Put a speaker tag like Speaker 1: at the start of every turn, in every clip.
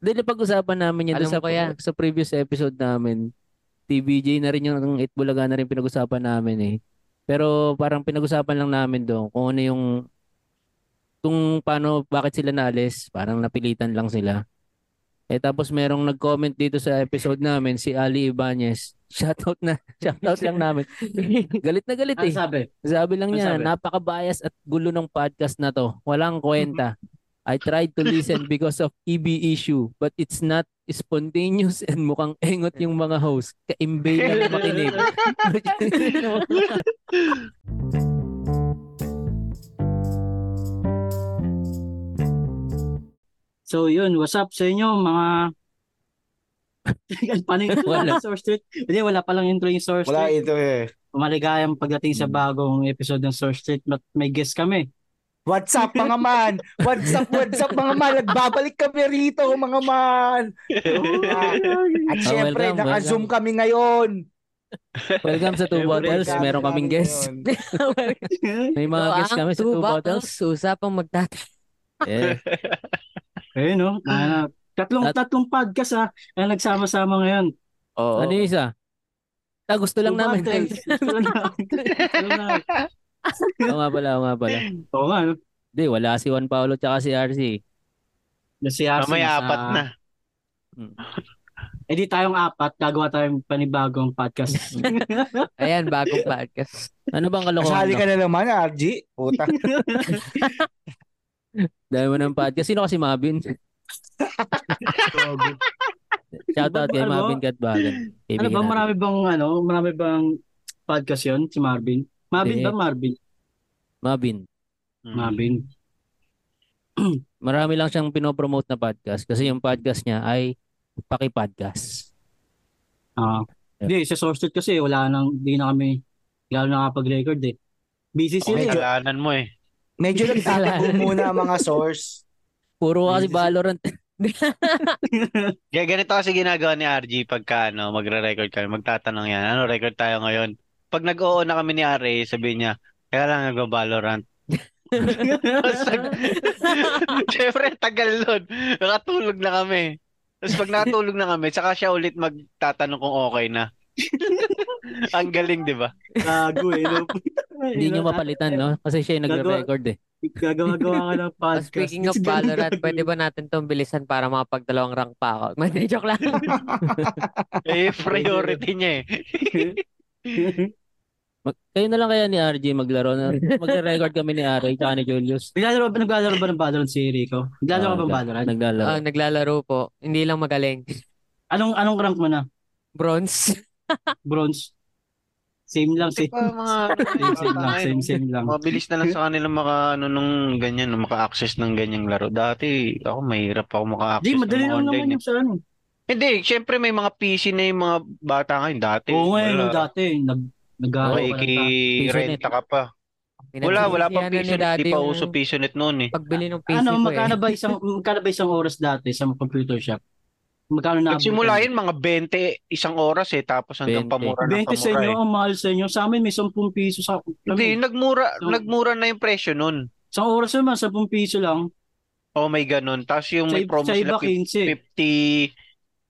Speaker 1: Dahil napag-usapan namin yan doon
Speaker 2: Alam
Speaker 1: sa,
Speaker 2: ko yan.
Speaker 1: sa previous episode namin. TBJ na rin yung ang Itbulaga na rin pinag-usapan namin eh. Pero parang pinag-usapan lang namin doon kung ano yung kung paano bakit sila naalis, parang napilitan lang sila. Eh tapos merong nag-comment dito sa episode namin si Ali Ibanez. Shoutout na, shoutout lang namin. Galit na galit
Speaker 2: Ano
Speaker 1: eh.
Speaker 2: sabi?
Speaker 1: Sabi lang
Speaker 2: Ano
Speaker 1: niya,
Speaker 2: sabi?
Speaker 1: napaka-bias at gulo ng podcast na to. Walang kwenta. I tried to listen because of EB issue, but it's not spontaneous and mukhang engot yung mga host. Kaimbay lang makinig.
Speaker 3: So yun, what's up sa inyo mga Paano yung
Speaker 1: Wala.
Speaker 3: Source Street? Hindi, wala palang intro yung Source
Speaker 4: Wala
Speaker 3: Street.
Speaker 4: ito eh.
Speaker 3: Maligayang pagdating
Speaker 1: Hmm.
Speaker 3: sa bagong episode ng Source Street. But may guest kami.
Speaker 4: What's up mga man? What's up, what's up mga man? Nagbabalik kami rito mga man. Ah, At
Speaker 1: Oh,
Speaker 4: syempre,
Speaker 1: welcome,
Speaker 4: naka-zoom kami ngayon.
Speaker 1: Welcome sa Two
Speaker 2: Welcome
Speaker 1: Bottles.
Speaker 4: Welcome
Speaker 1: Meron kaming
Speaker 4: namin
Speaker 1: guest.
Speaker 4: ngayon.
Speaker 1: May mga
Speaker 2: So,
Speaker 1: guest
Speaker 2: ang
Speaker 1: kami sa
Speaker 2: two
Speaker 1: Two Bottles.
Speaker 2: Usapang magtata.
Speaker 1: Eh,
Speaker 3: Ayun no? Na, tatlong,
Speaker 1: Ah. Tat-
Speaker 3: tatlong podcast ah, na nagsama-sama ngayon.
Speaker 2: Oo.
Speaker 1: Ano yung isa? Ah, gusto lang
Speaker 3: Two
Speaker 1: namin.
Speaker 3: bottles. Gusto lang namin. Gusto lang namin.
Speaker 1: Oo nga pala, oo nga pala.
Speaker 3: Oo nga, no?
Speaker 1: Hindi, wala si Juan Paolo tsaka si RC.
Speaker 3: Na si Arsenal
Speaker 5: Mamaya
Speaker 3: sa-
Speaker 5: apat na.
Speaker 3: Eh di tayong apat, gagawa tayong panibagong podcast.
Speaker 2: Ayan, bagong podcast.
Speaker 1: Ano bang kalokohan?
Speaker 4: Kasali
Speaker 1: no?
Speaker 4: ka na naman, RG. Puta.
Speaker 1: Dahil mo ng podcast. Sino kasi Mabin?
Speaker 3: Gago.
Speaker 1: Shoutout kay
Speaker 3: Ano?
Speaker 1: Mabin Katbagan.
Speaker 3: ano ba, marami bang ano, marami bang podcast yon si Marvin? Marvin
Speaker 1: Hindi.
Speaker 3: ba Marvin?
Speaker 1: Mabin.
Speaker 5: Mm.
Speaker 3: Marvin.
Speaker 1: Marami lang siyang pinopromote na podcast kasi yung podcast niya ay Paki-podcast.
Speaker 3: Ah. Hindi, sa source Street kasi wala nang hindi na kami lalo nakapag-record eh. Busy
Speaker 4: Okay,
Speaker 3: sila eh.
Speaker 4: medyo-
Speaker 5: Kasalanan mo eh.
Speaker 4: Medyo nagtatago muna ang mga source.
Speaker 1: Puro kasi
Speaker 3: Busy siya.
Speaker 1: Valorant.
Speaker 5: Kaya ganito kasi ginagawa ni RG pagka ano, magre-record kami, magtatanong yan, ano, record tayo ngayon. Pag nag-oo na kami ni RA, sabihin niya, kaya lang nag-Valorant.
Speaker 3: eh.
Speaker 5: Tapos nag- Siyempre, tagal nun. Nakatulog na kami. Tapos pag nakatulog na kami, saka siya ulit magtatanong kung okay na. Ang galing, di ba?
Speaker 3: Gago eh. no?
Speaker 1: Hindi niyo mapalitan, no? Kasi siya yung nagre-record eh.
Speaker 3: Gagawa-gawa ka ng
Speaker 2: Oh,
Speaker 3: podcast.
Speaker 2: speaking of Valorant, pwede
Speaker 5: Hmm.
Speaker 2: ba natin tong bilisan para makapagdalawang rank pa ako? Hindi, joke lang.
Speaker 5: Eh, priority niya eh.
Speaker 3: eh.
Speaker 1: Mag- kayo na lang kaya ni RJ maglaro. Na, magre-record kami ni Ari tsaka ni Julius.
Speaker 3: Naglalaro ba, naglalaro ba ng Valorant si Rico? Naglalaro ka ba
Speaker 1: Ah,
Speaker 3: ng Valorant?
Speaker 1: Naglalaro.
Speaker 2: Ah, naglalaro po. Hindi lang magaling.
Speaker 3: Anong anong rank mo na?
Speaker 2: Bronze.
Speaker 3: Bronze? Same lang,
Speaker 5: Kasi
Speaker 3: same.
Speaker 5: pa mga
Speaker 3: Same, same lang, same, same lang.
Speaker 5: Mabilis na lang sa kanila maka ano nung ganyan, nung maka-access ng ganyang laro. Dati ako mahirap ako maka-access
Speaker 3: Di, madali
Speaker 5: ng mga
Speaker 3: lang
Speaker 5: online.
Speaker 3: naman
Speaker 5: eh.
Speaker 3: yung sa ano.
Speaker 5: Hindi, syempre may mga PC na yung mga bata ngayon dati.
Speaker 3: Oo nga,
Speaker 5: Eh, wala.
Speaker 3: yung dati, nag nag ano,
Speaker 5: Okay,
Speaker 1: Pisonet.
Speaker 5: renta ka pa. Wala, wala pang
Speaker 2: Pinagsisihan
Speaker 5: PisoNet. Di
Speaker 2: na ni
Speaker 5: pa
Speaker 2: daddy
Speaker 5: uso
Speaker 2: yung
Speaker 5: PisoNet noon eh.
Speaker 2: Pagbili ng PC
Speaker 3: Ano,
Speaker 2: ko
Speaker 3: magkano
Speaker 2: eh.
Speaker 3: ba isang magkano ba isang oras dati sa computer shop? Magkano na
Speaker 5: Nagsimula yun mga 20 isang oras eh. Tapos hanggang
Speaker 1: 20.
Speaker 5: pamura na
Speaker 3: 20 sa inyo,
Speaker 5: pamura eh.
Speaker 3: ang mahal sa inyo. Sa amin may 10 piso sa
Speaker 5: Hindi, nagmura,
Speaker 3: So-
Speaker 5: nagmura na yung presyo noon.
Speaker 3: Sa oras naman 10 piso lang.
Speaker 5: Oh my ganun. Tapos yung
Speaker 3: Sa,
Speaker 5: may promo
Speaker 3: sa iba
Speaker 5: sila
Speaker 3: 15.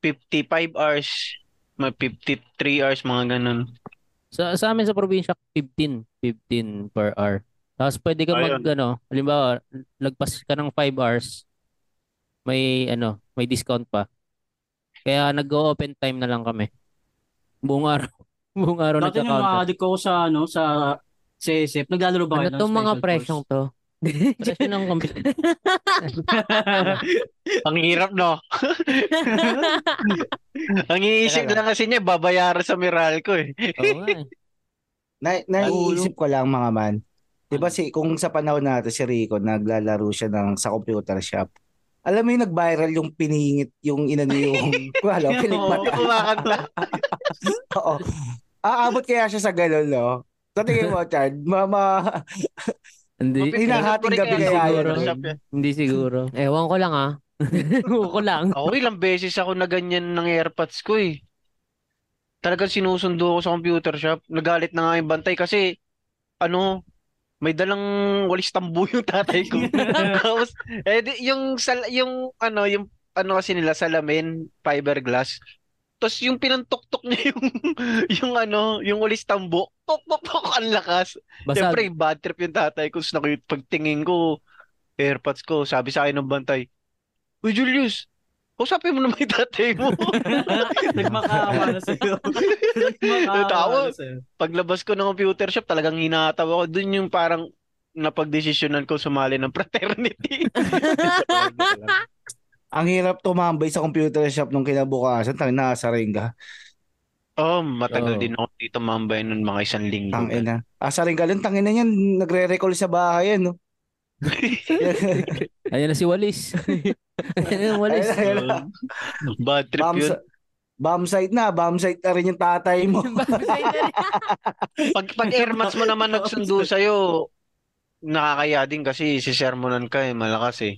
Speaker 5: 50, 55 hours, mga 53 hours, mga ganun.
Speaker 1: Sa, sa amin sa probinsya, 15. 15 per hour. Tapos pwede ka mag, ano, halimbawa, lagpas ka ng 5 hours, may, ano, may discount pa. Kaya nag-open time na lang kami. Buong araw. Buong araw
Speaker 3: Dati nung
Speaker 1: nagka-counter.
Speaker 3: mga ko sa ano sa sa SF, naglalaro ba
Speaker 2: Ano
Speaker 3: kayo ng
Speaker 2: tong mga
Speaker 3: Special
Speaker 2: presyong
Speaker 3: Force?
Speaker 2: to?
Speaker 1: Presyo ng computer.
Speaker 5: Ang hirap, no? Ang iisip
Speaker 4: Teka lang.
Speaker 5: lang kasi niya, babayaran sa Meralco eh.
Speaker 1: Oo nga eh.
Speaker 4: Na, naiisip ko lang mga man. Di
Speaker 5: Ano?
Speaker 4: ba si, kung sa panahon natin si Rico, naglalaro siya ng, sa computer shop. Alam mo yung nag-viral yung piningit, yung inano yung, wala,
Speaker 5: Oo,
Speaker 4: pilikmata.
Speaker 5: kumakanta.
Speaker 4: Oo. Aabot kaya siya sa ganun, no? Sa tingin mo, Chad, mama,
Speaker 1: Hindi,
Speaker 4: hinahating gabi
Speaker 5: Pinapuri
Speaker 4: kaya
Speaker 5: ka
Speaker 4: yun.
Speaker 5: sa shop eh.
Speaker 1: hindi siguro.
Speaker 2: Ewan ko lang ah. Ewan ko lang.
Speaker 5: Ako, ilang beses ako na ganyan ng airpods ko eh. Talagang sinusundo ako sa computer shop. Nagalit na nga yung bantay kasi, ano, may dalang walis tambo yung tatay ko. Tapos, eh, di- yung, sal, yung, ano, yung ano kasi nila, salamin, fiberglass. Tapos yung pinantok-tok niya yung, yung ano, yung ulis tambo, tok-tok-tok, ang lakas.
Speaker 1: Basag.
Speaker 5: Siyempre, bad trip yung tatay ko. Tapos naku- pagtingin ko, airpods ko, sabi sa akin ng bantay, Uy, Julius, kausapin mo naman yung tatay mo.
Speaker 3: Nagmakaawa na sa'yo.
Speaker 5: Tawa.
Speaker 3: Nagmakaawa na sa'yo.
Speaker 5: Paglabas ko ng computer shop, talagang hinataw ako. Doon yung parang napagdesisyonan ko sumali ng fraternity.
Speaker 4: Ang hirap tumambay sa computer shop nung kinabukasan. Tang nasa ringga.
Speaker 5: oh, matagal
Speaker 1: Oo.
Speaker 5: din ako dito mambay nun mga isang linggo.
Speaker 4: Tang ina. Ah, sa ringga lang. Tang ina yan. Nagre-recall sa bahay yan. No?
Speaker 1: Ayan na si Walis. Ayan na Walis.
Speaker 4: Ayun, ayun.
Speaker 5: bad trip
Speaker 4: Bomb,
Speaker 5: yun.
Speaker 4: sa- bomb site na. Bomb site na rin yung tatay mo.
Speaker 5: Pag, pag airmats mo naman nagsundo sa'yo, nakakaya din kasi sisermonan ka eh, malakas eh.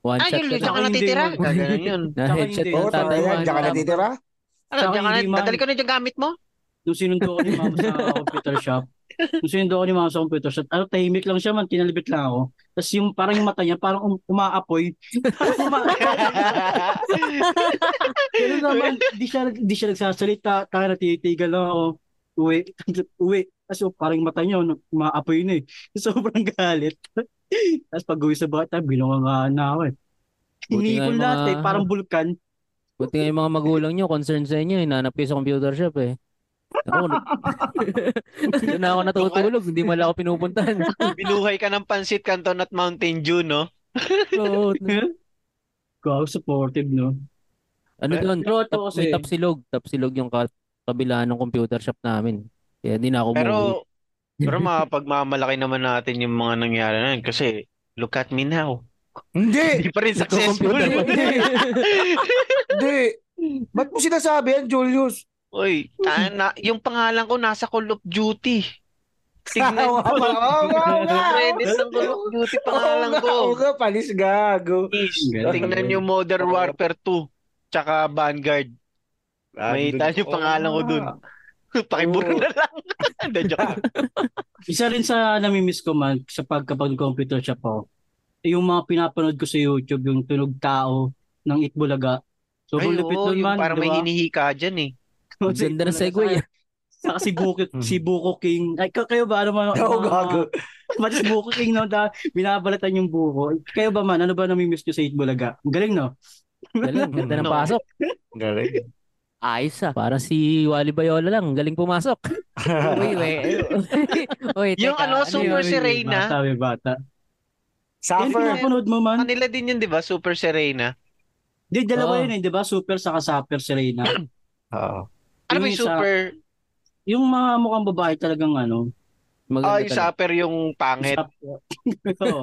Speaker 1: One
Speaker 5: Ay,
Speaker 1: shot
Speaker 5: Julius,
Speaker 1: na
Speaker 5: saan
Speaker 1: lang.
Speaker 5: ka natitira?
Speaker 3: Hindi.
Speaker 5: Gaganan yun.
Speaker 1: Na headshot ng
Speaker 3: Tsaka hindi.
Speaker 4: Oo,
Speaker 1: tatay mo.
Speaker 4: tama yan. Diyan ka
Speaker 1: ano?
Speaker 4: natitira.
Speaker 5: Ano,
Speaker 3: Tsaka
Speaker 5: diyan ka na,
Speaker 3: hindi man-
Speaker 5: dadali ko na yung gamit mo?
Speaker 3: Nung sinundo ko ni mama sa computer shop, nung sinundo ko ni mama sa computer shop, ano, tahimik lang siya man, kinalibit lang ako. Tapos yung parang yung mata niya, parang um, umaapoy. Parang umaapoy. Ganun naman, di siya, di siya nagsasalita, tayo natitigal lang ako. Uwi, uwi. Tapos yung parang yung mata niya, ano, umaapoy na eh. Sobrang galit. Tapos pag uwi sa bata, binungangaan na ako eh.
Speaker 1: Buti nga
Speaker 3: Iniipon
Speaker 1: yung
Speaker 3: lahat eh,
Speaker 1: mga-
Speaker 3: parang bulkan.
Speaker 1: Buti nga yung mga magulang nyo, concerned sa inyo. Hinanap kayo sa computer shop eh. Ako, na- doon na ako natutulog. Hindi mo lang ako pinupuntahan.
Speaker 5: Binuhay ka ng pansit canton at Mountain Dew, no?
Speaker 1: Oo.
Speaker 3: Wow, supportive no.
Speaker 1: ano doon?
Speaker 3: Pero ito
Speaker 1: Tap,
Speaker 3: kasi,
Speaker 1: may tapsilog. Tapsilog yung ka- kabila ng computer shop namin. Kaya hindi na ako umuwi.
Speaker 5: Pero, pero mapagmamalaki naman natin yung mga nangyari na yun kasi look at me now.
Speaker 4: Hindi.
Speaker 5: Hindi pa rin
Speaker 1: Ikaw, computer
Speaker 5: successful.
Speaker 1: pa.
Speaker 4: Hindi. Ba't mo sinasabi yan, Julius?
Speaker 5: Uy, ta- na, yung pangalan ko nasa Call of Duty. Tignan
Speaker 4: Oo
Speaker 5: mo.
Speaker 4: nga, oo nga, oo nga.
Speaker 5: Credits ng Call of Duty pangalan
Speaker 4: Oo nga,
Speaker 5: ko.
Speaker 4: oo nga, palis gago.
Speaker 5: Please, Tingnan nyo Modern Warfare 2 tsaka Vanguard. May
Speaker 4: Andun-
Speaker 5: tayo yung pangalan ko dun. Pakiburo
Speaker 3: Oh.
Speaker 5: na lang. Hindi, joke lang.
Speaker 3: isa rin sa namimiss ko man sa pagkapag computer shop ako, eh, yung mga pinapanood ko sa YouTube, yung tunog tao ng Itbulaga. Sobrang
Speaker 5: Ay,
Speaker 3: lupit
Speaker 5: oo,
Speaker 3: nun
Speaker 5: yung
Speaker 3: man,
Speaker 5: parang
Speaker 3: di
Speaker 5: may
Speaker 3: ba?
Speaker 5: hinihika dyan eh.
Speaker 1: Ang ganda ng segue. ah. Hmm.
Speaker 3: Saka si Buko, si Buko King. Ay, ka- kayo ba? Ano man?
Speaker 4: Oo, gago.
Speaker 3: Ba't si Buko King no? Da, binabalatan yung buko. Kayo ba man? Ano ba namimiss nyo sa Itbulaga? Ang galing no?
Speaker 1: Galing, ganda ng
Speaker 5: No.
Speaker 1: pasok.
Speaker 4: Galing.
Speaker 2: Ayos ah.
Speaker 1: Para si Wally Bayola lang. Galing pumasok.
Speaker 2: Uy, we. Uy,
Speaker 5: Yung
Speaker 2: teka,
Speaker 5: ano, Super
Speaker 2: yun?
Speaker 5: si Reyna.
Speaker 3: Bata, may bata. Yan
Speaker 4: Suffer.
Speaker 3: pinapanood mo man.
Speaker 5: Kanila din yun, di ba? Super Serena.
Speaker 3: Di,
Speaker 1: Oo.
Speaker 3: dalawa yun eh, di ba? Super saka Sapper si Reyna.
Speaker 4: Oo.
Speaker 5: Ano ba
Speaker 3: Yung
Speaker 5: yung
Speaker 3: isa-
Speaker 5: super?
Speaker 3: Yung mga mukhang babae talagang ano,
Speaker 1: Maganda
Speaker 5: Ah, yung
Speaker 1: talaga.
Speaker 5: super yung pangit.
Speaker 3: Sa- Oo.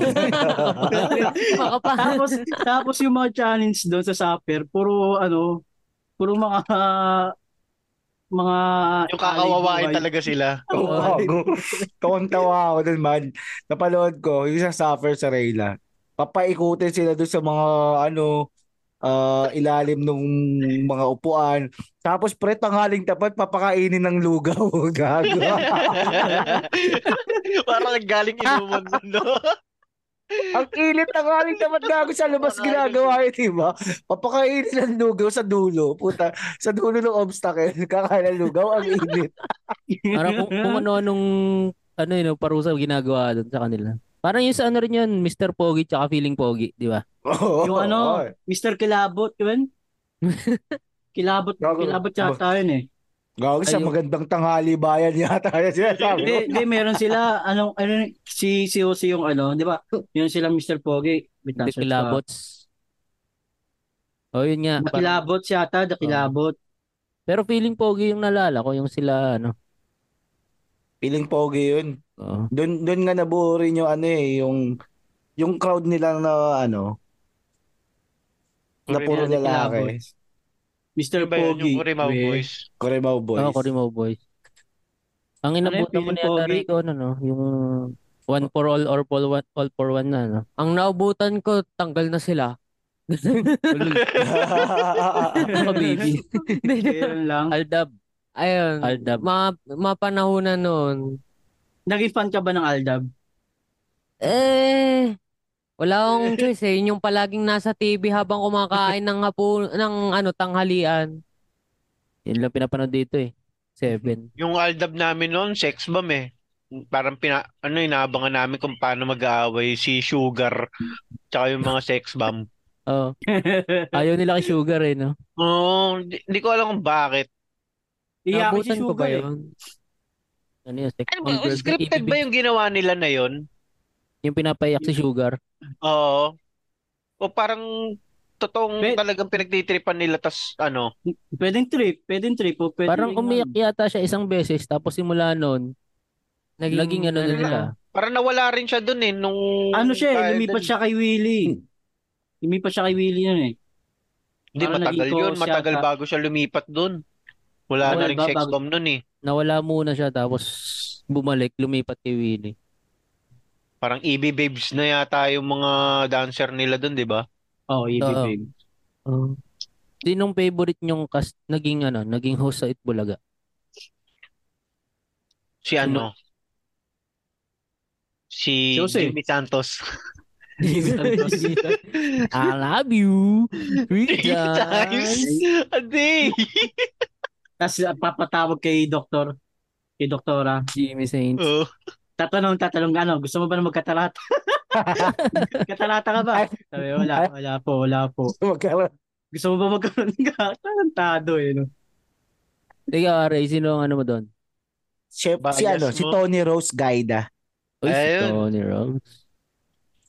Speaker 2: Baka pa.
Speaker 3: tapos tapos yung mga challenge doon sa Sapper, puro ano, puro mga mga
Speaker 5: Yung kakawawain
Speaker 3: alay-buhay.
Speaker 5: talaga sila.
Speaker 4: Oo, gago. Tawan-tawa ako dun, man. Napanood ko, yung sa suffer sa Reyna. Papaikutin sila dun sa mga, ano, ah, ilalim ng mga upuan. Tapos pre, tanghaling tapat, papakainin ng lugaw. Gago.
Speaker 5: Parang galing inuman mo, no?
Speaker 4: Ang init ng aling tapat gago sa labas ginagawa yun, di ba? Papakainin ng lugaw sa dulo. Puta, sa dulo ng obstacle, kakain ng lugaw, ang init.
Speaker 1: Parang kung, kung ano anong ano yun, parusa ginagawa doon sa kanila. Parang yung sa ano rin yun, Mr. Pogi tsaka Feeling Pogi, di ba?
Speaker 4: Oo.
Speaker 3: Yung ano? Mr. Kilabot, yun. Kilabot,
Speaker 4: Gago.
Speaker 3: kilabot yata yun eh.
Speaker 4: Gago sa
Speaker 1: Ayun.
Speaker 4: magandang tanghali bayan yata yan sinasabi
Speaker 3: Hindi,
Speaker 4: mo.
Speaker 3: hindi, meron sila, ano, ano, si, si Jose yung ano, di ba? Yun sila Mr. Pogi. Wait lang,
Speaker 1: The
Speaker 3: search ko.
Speaker 1: Kilabots. O yun nga. parang-
Speaker 3: Dakilabot siyata, dakilabot.
Speaker 1: pero Feeling Pogi yung nalala ko, yung sila ano.
Speaker 4: Piling pogi yun.
Speaker 1: Oo.
Speaker 4: Doon doon nga nabuo rin yung ano eh, yung yung crowd nila na ano na puro
Speaker 3: Yan, dakilabot.
Speaker 4: lalaki.
Speaker 3: Mr.
Speaker 5: Yung Ano ba yun,
Speaker 3: Pogi.
Speaker 5: yung Kurimaw
Speaker 3: we.
Speaker 5: Boys.
Speaker 4: Korebaw boys.
Speaker 1: Oo, Kurimaw Boys. Ang inabutan mo na
Speaker 3: Feeling
Speaker 1: yata
Speaker 3: Pogi?
Speaker 1: Rico, ano, no? Yung one for all or for one, all for one na, no?
Speaker 2: Ang naubutan ko, tanggal na sila.
Speaker 1: Ako, baby.
Speaker 3: Meron lang.
Speaker 1: Aldab.
Speaker 2: Ayun.
Speaker 1: Aldab.
Speaker 2: Mga, mga panahonan noon.
Speaker 3: Naging fan ka ba ng Aldab?
Speaker 2: Eh, Wala akong choice eh. Yun yung palaging nasa TV habang kumakain ng hapo, ng ano, tanghalian.
Speaker 1: Yun lang pinapanood dito eh. Seven.
Speaker 5: Yung aldab namin noon, sex bomb eh. Parang pina, ano, inaabangan namin kung paano mag-aaway si Sugar tsaka yung mga sex bomb.
Speaker 1: Oh, ayaw nila kay Sugar eh, no?
Speaker 5: Oo, hindi hindi ko alam kung bakit.
Speaker 3: Iyak si
Speaker 2: Naabutan ko ba
Speaker 3: Sugar eh.
Speaker 2: yun?
Speaker 1: Ano yun? Sex
Speaker 5: Ano ba,
Speaker 1: on girls.
Speaker 5: scripted ba yung ginawa nila na yun?
Speaker 1: Yung pinapaiyak si Sugar.
Speaker 5: Oo. O parang totoong
Speaker 3: Pe-
Speaker 5: talagang pinagtitripan nila tas ano,
Speaker 3: Pwedeng trip, pwedeng trip. O pwedeng
Speaker 1: Parang umiyak yata siya isang beses. Tapos simula noon,
Speaker 2: Naging,
Speaker 1: laging ano na nila.
Speaker 5: parang nawala rin siya dun eh nung
Speaker 3: Ano siya eh,
Speaker 5: dahil
Speaker 3: lumipat
Speaker 5: dun-
Speaker 3: siya kay Willie. Lumipat siya kay Willie nun eh.
Speaker 5: Hindi
Speaker 3: Parang
Speaker 5: matagal
Speaker 3: nag-iko
Speaker 5: yun,
Speaker 3: siya
Speaker 5: matagal
Speaker 3: ka-
Speaker 5: bago siya lumipat dun. Wala
Speaker 3: Wala
Speaker 5: na rin
Speaker 3: ba-
Speaker 5: sex
Speaker 3: bago-
Speaker 5: bomb nun eh.
Speaker 1: Nawala muna siya tapos bumalik, lumipat kay Willie.
Speaker 5: Parang EB babes na yata yung mga dancer nila dun, di ba?
Speaker 3: Oo, oh,
Speaker 1: Oo.
Speaker 3: babe.
Speaker 1: Oh. Sinong favorite nyong cast naging ano, naging host sa Itbulaga?
Speaker 5: Si ano? Si
Speaker 3: Si Jose.
Speaker 5: Jimmy Santos.
Speaker 1: I love you. Three
Speaker 5: Three times
Speaker 1: times.
Speaker 5: a day.
Speaker 3: Tapos papatawag kay doktor. Kay doktora.
Speaker 1: Jimmy Saints.
Speaker 5: Oh.
Speaker 3: Tatanong, tatanong, ano, gusto mo ba na magkatalata? Katalata ka ba? Sabi, wala, wala po, wala po.
Speaker 4: Magkaroon.
Speaker 3: Gusto mo ba magkaroon ka? Tarantado eh. No?
Speaker 1: Teka, Ray, sino ang ano mo doon?
Speaker 4: Chef, si
Speaker 5: Bias
Speaker 4: ano, si
Speaker 5: mo.
Speaker 4: Tony Rose Gaida.
Speaker 1: Uy, si
Speaker 5: Ayun.
Speaker 1: Tony Rhodes.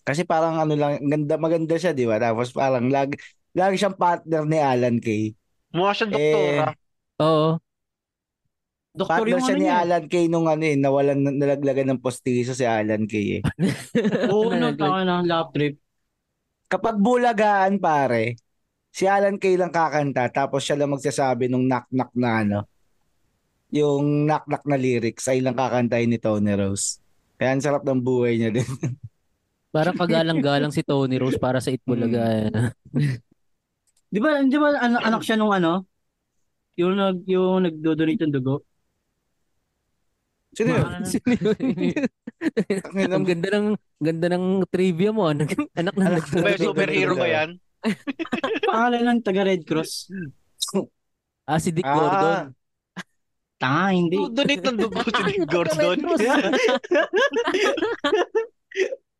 Speaker 4: Kasi parang ano lang, ganda, maganda siya, di ba? Tapos parang lag, lagi siyang partner ni Alan Kay.
Speaker 5: Mukha siyang doktora.
Speaker 1: Oo.
Speaker 3: Doktor
Speaker 4: Partner
Speaker 3: yung
Speaker 4: siya
Speaker 3: ano
Speaker 4: ni
Speaker 3: niya.
Speaker 4: Alan Kay nung ano eh, nawalan, nalaglagan ng postizo si Alan Kay eh.
Speaker 3: Oo, no,
Speaker 1: Nalaglag.
Speaker 3: taka ng lap trip.
Speaker 4: Kapag bulagaan pare, si Alan Kay lang kakanta tapos siya lang magsasabi nung knock-knock na ano. Yung knock-knock na lyrics ay lang kakantahin ni Tony Rose. Kaya ang sarap ng buhay niya din.
Speaker 1: Parang kagalang-galang si Tony Rose para sa
Speaker 5: Hmm.
Speaker 1: Itbulaga.
Speaker 3: Di ba, di ba an- anak siya nung ano? Yung, nag, yung nagdodonate ng dugo?
Speaker 4: Sino yun?
Speaker 1: Sino yun?
Speaker 4: Ang ina
Speaker 1: ang
Speaker 4: mo.
Speaker 1: ganda ng ganda ng trivia mo. Anak, anak ng
Speaker 4: Anak
Speaker 3: Eh,
Speaker 4: ng-
Speaker 5: Ba yung superhero ba yan?
Speaker 3: Pangalan ng taga Red Cross.
Speaker 1: Ah, si Dick Gordon.
Speaker 4: Ah,
Speaker 3: Tanga, hindi.
Speaker 5: Donate ng dugo si Gordon.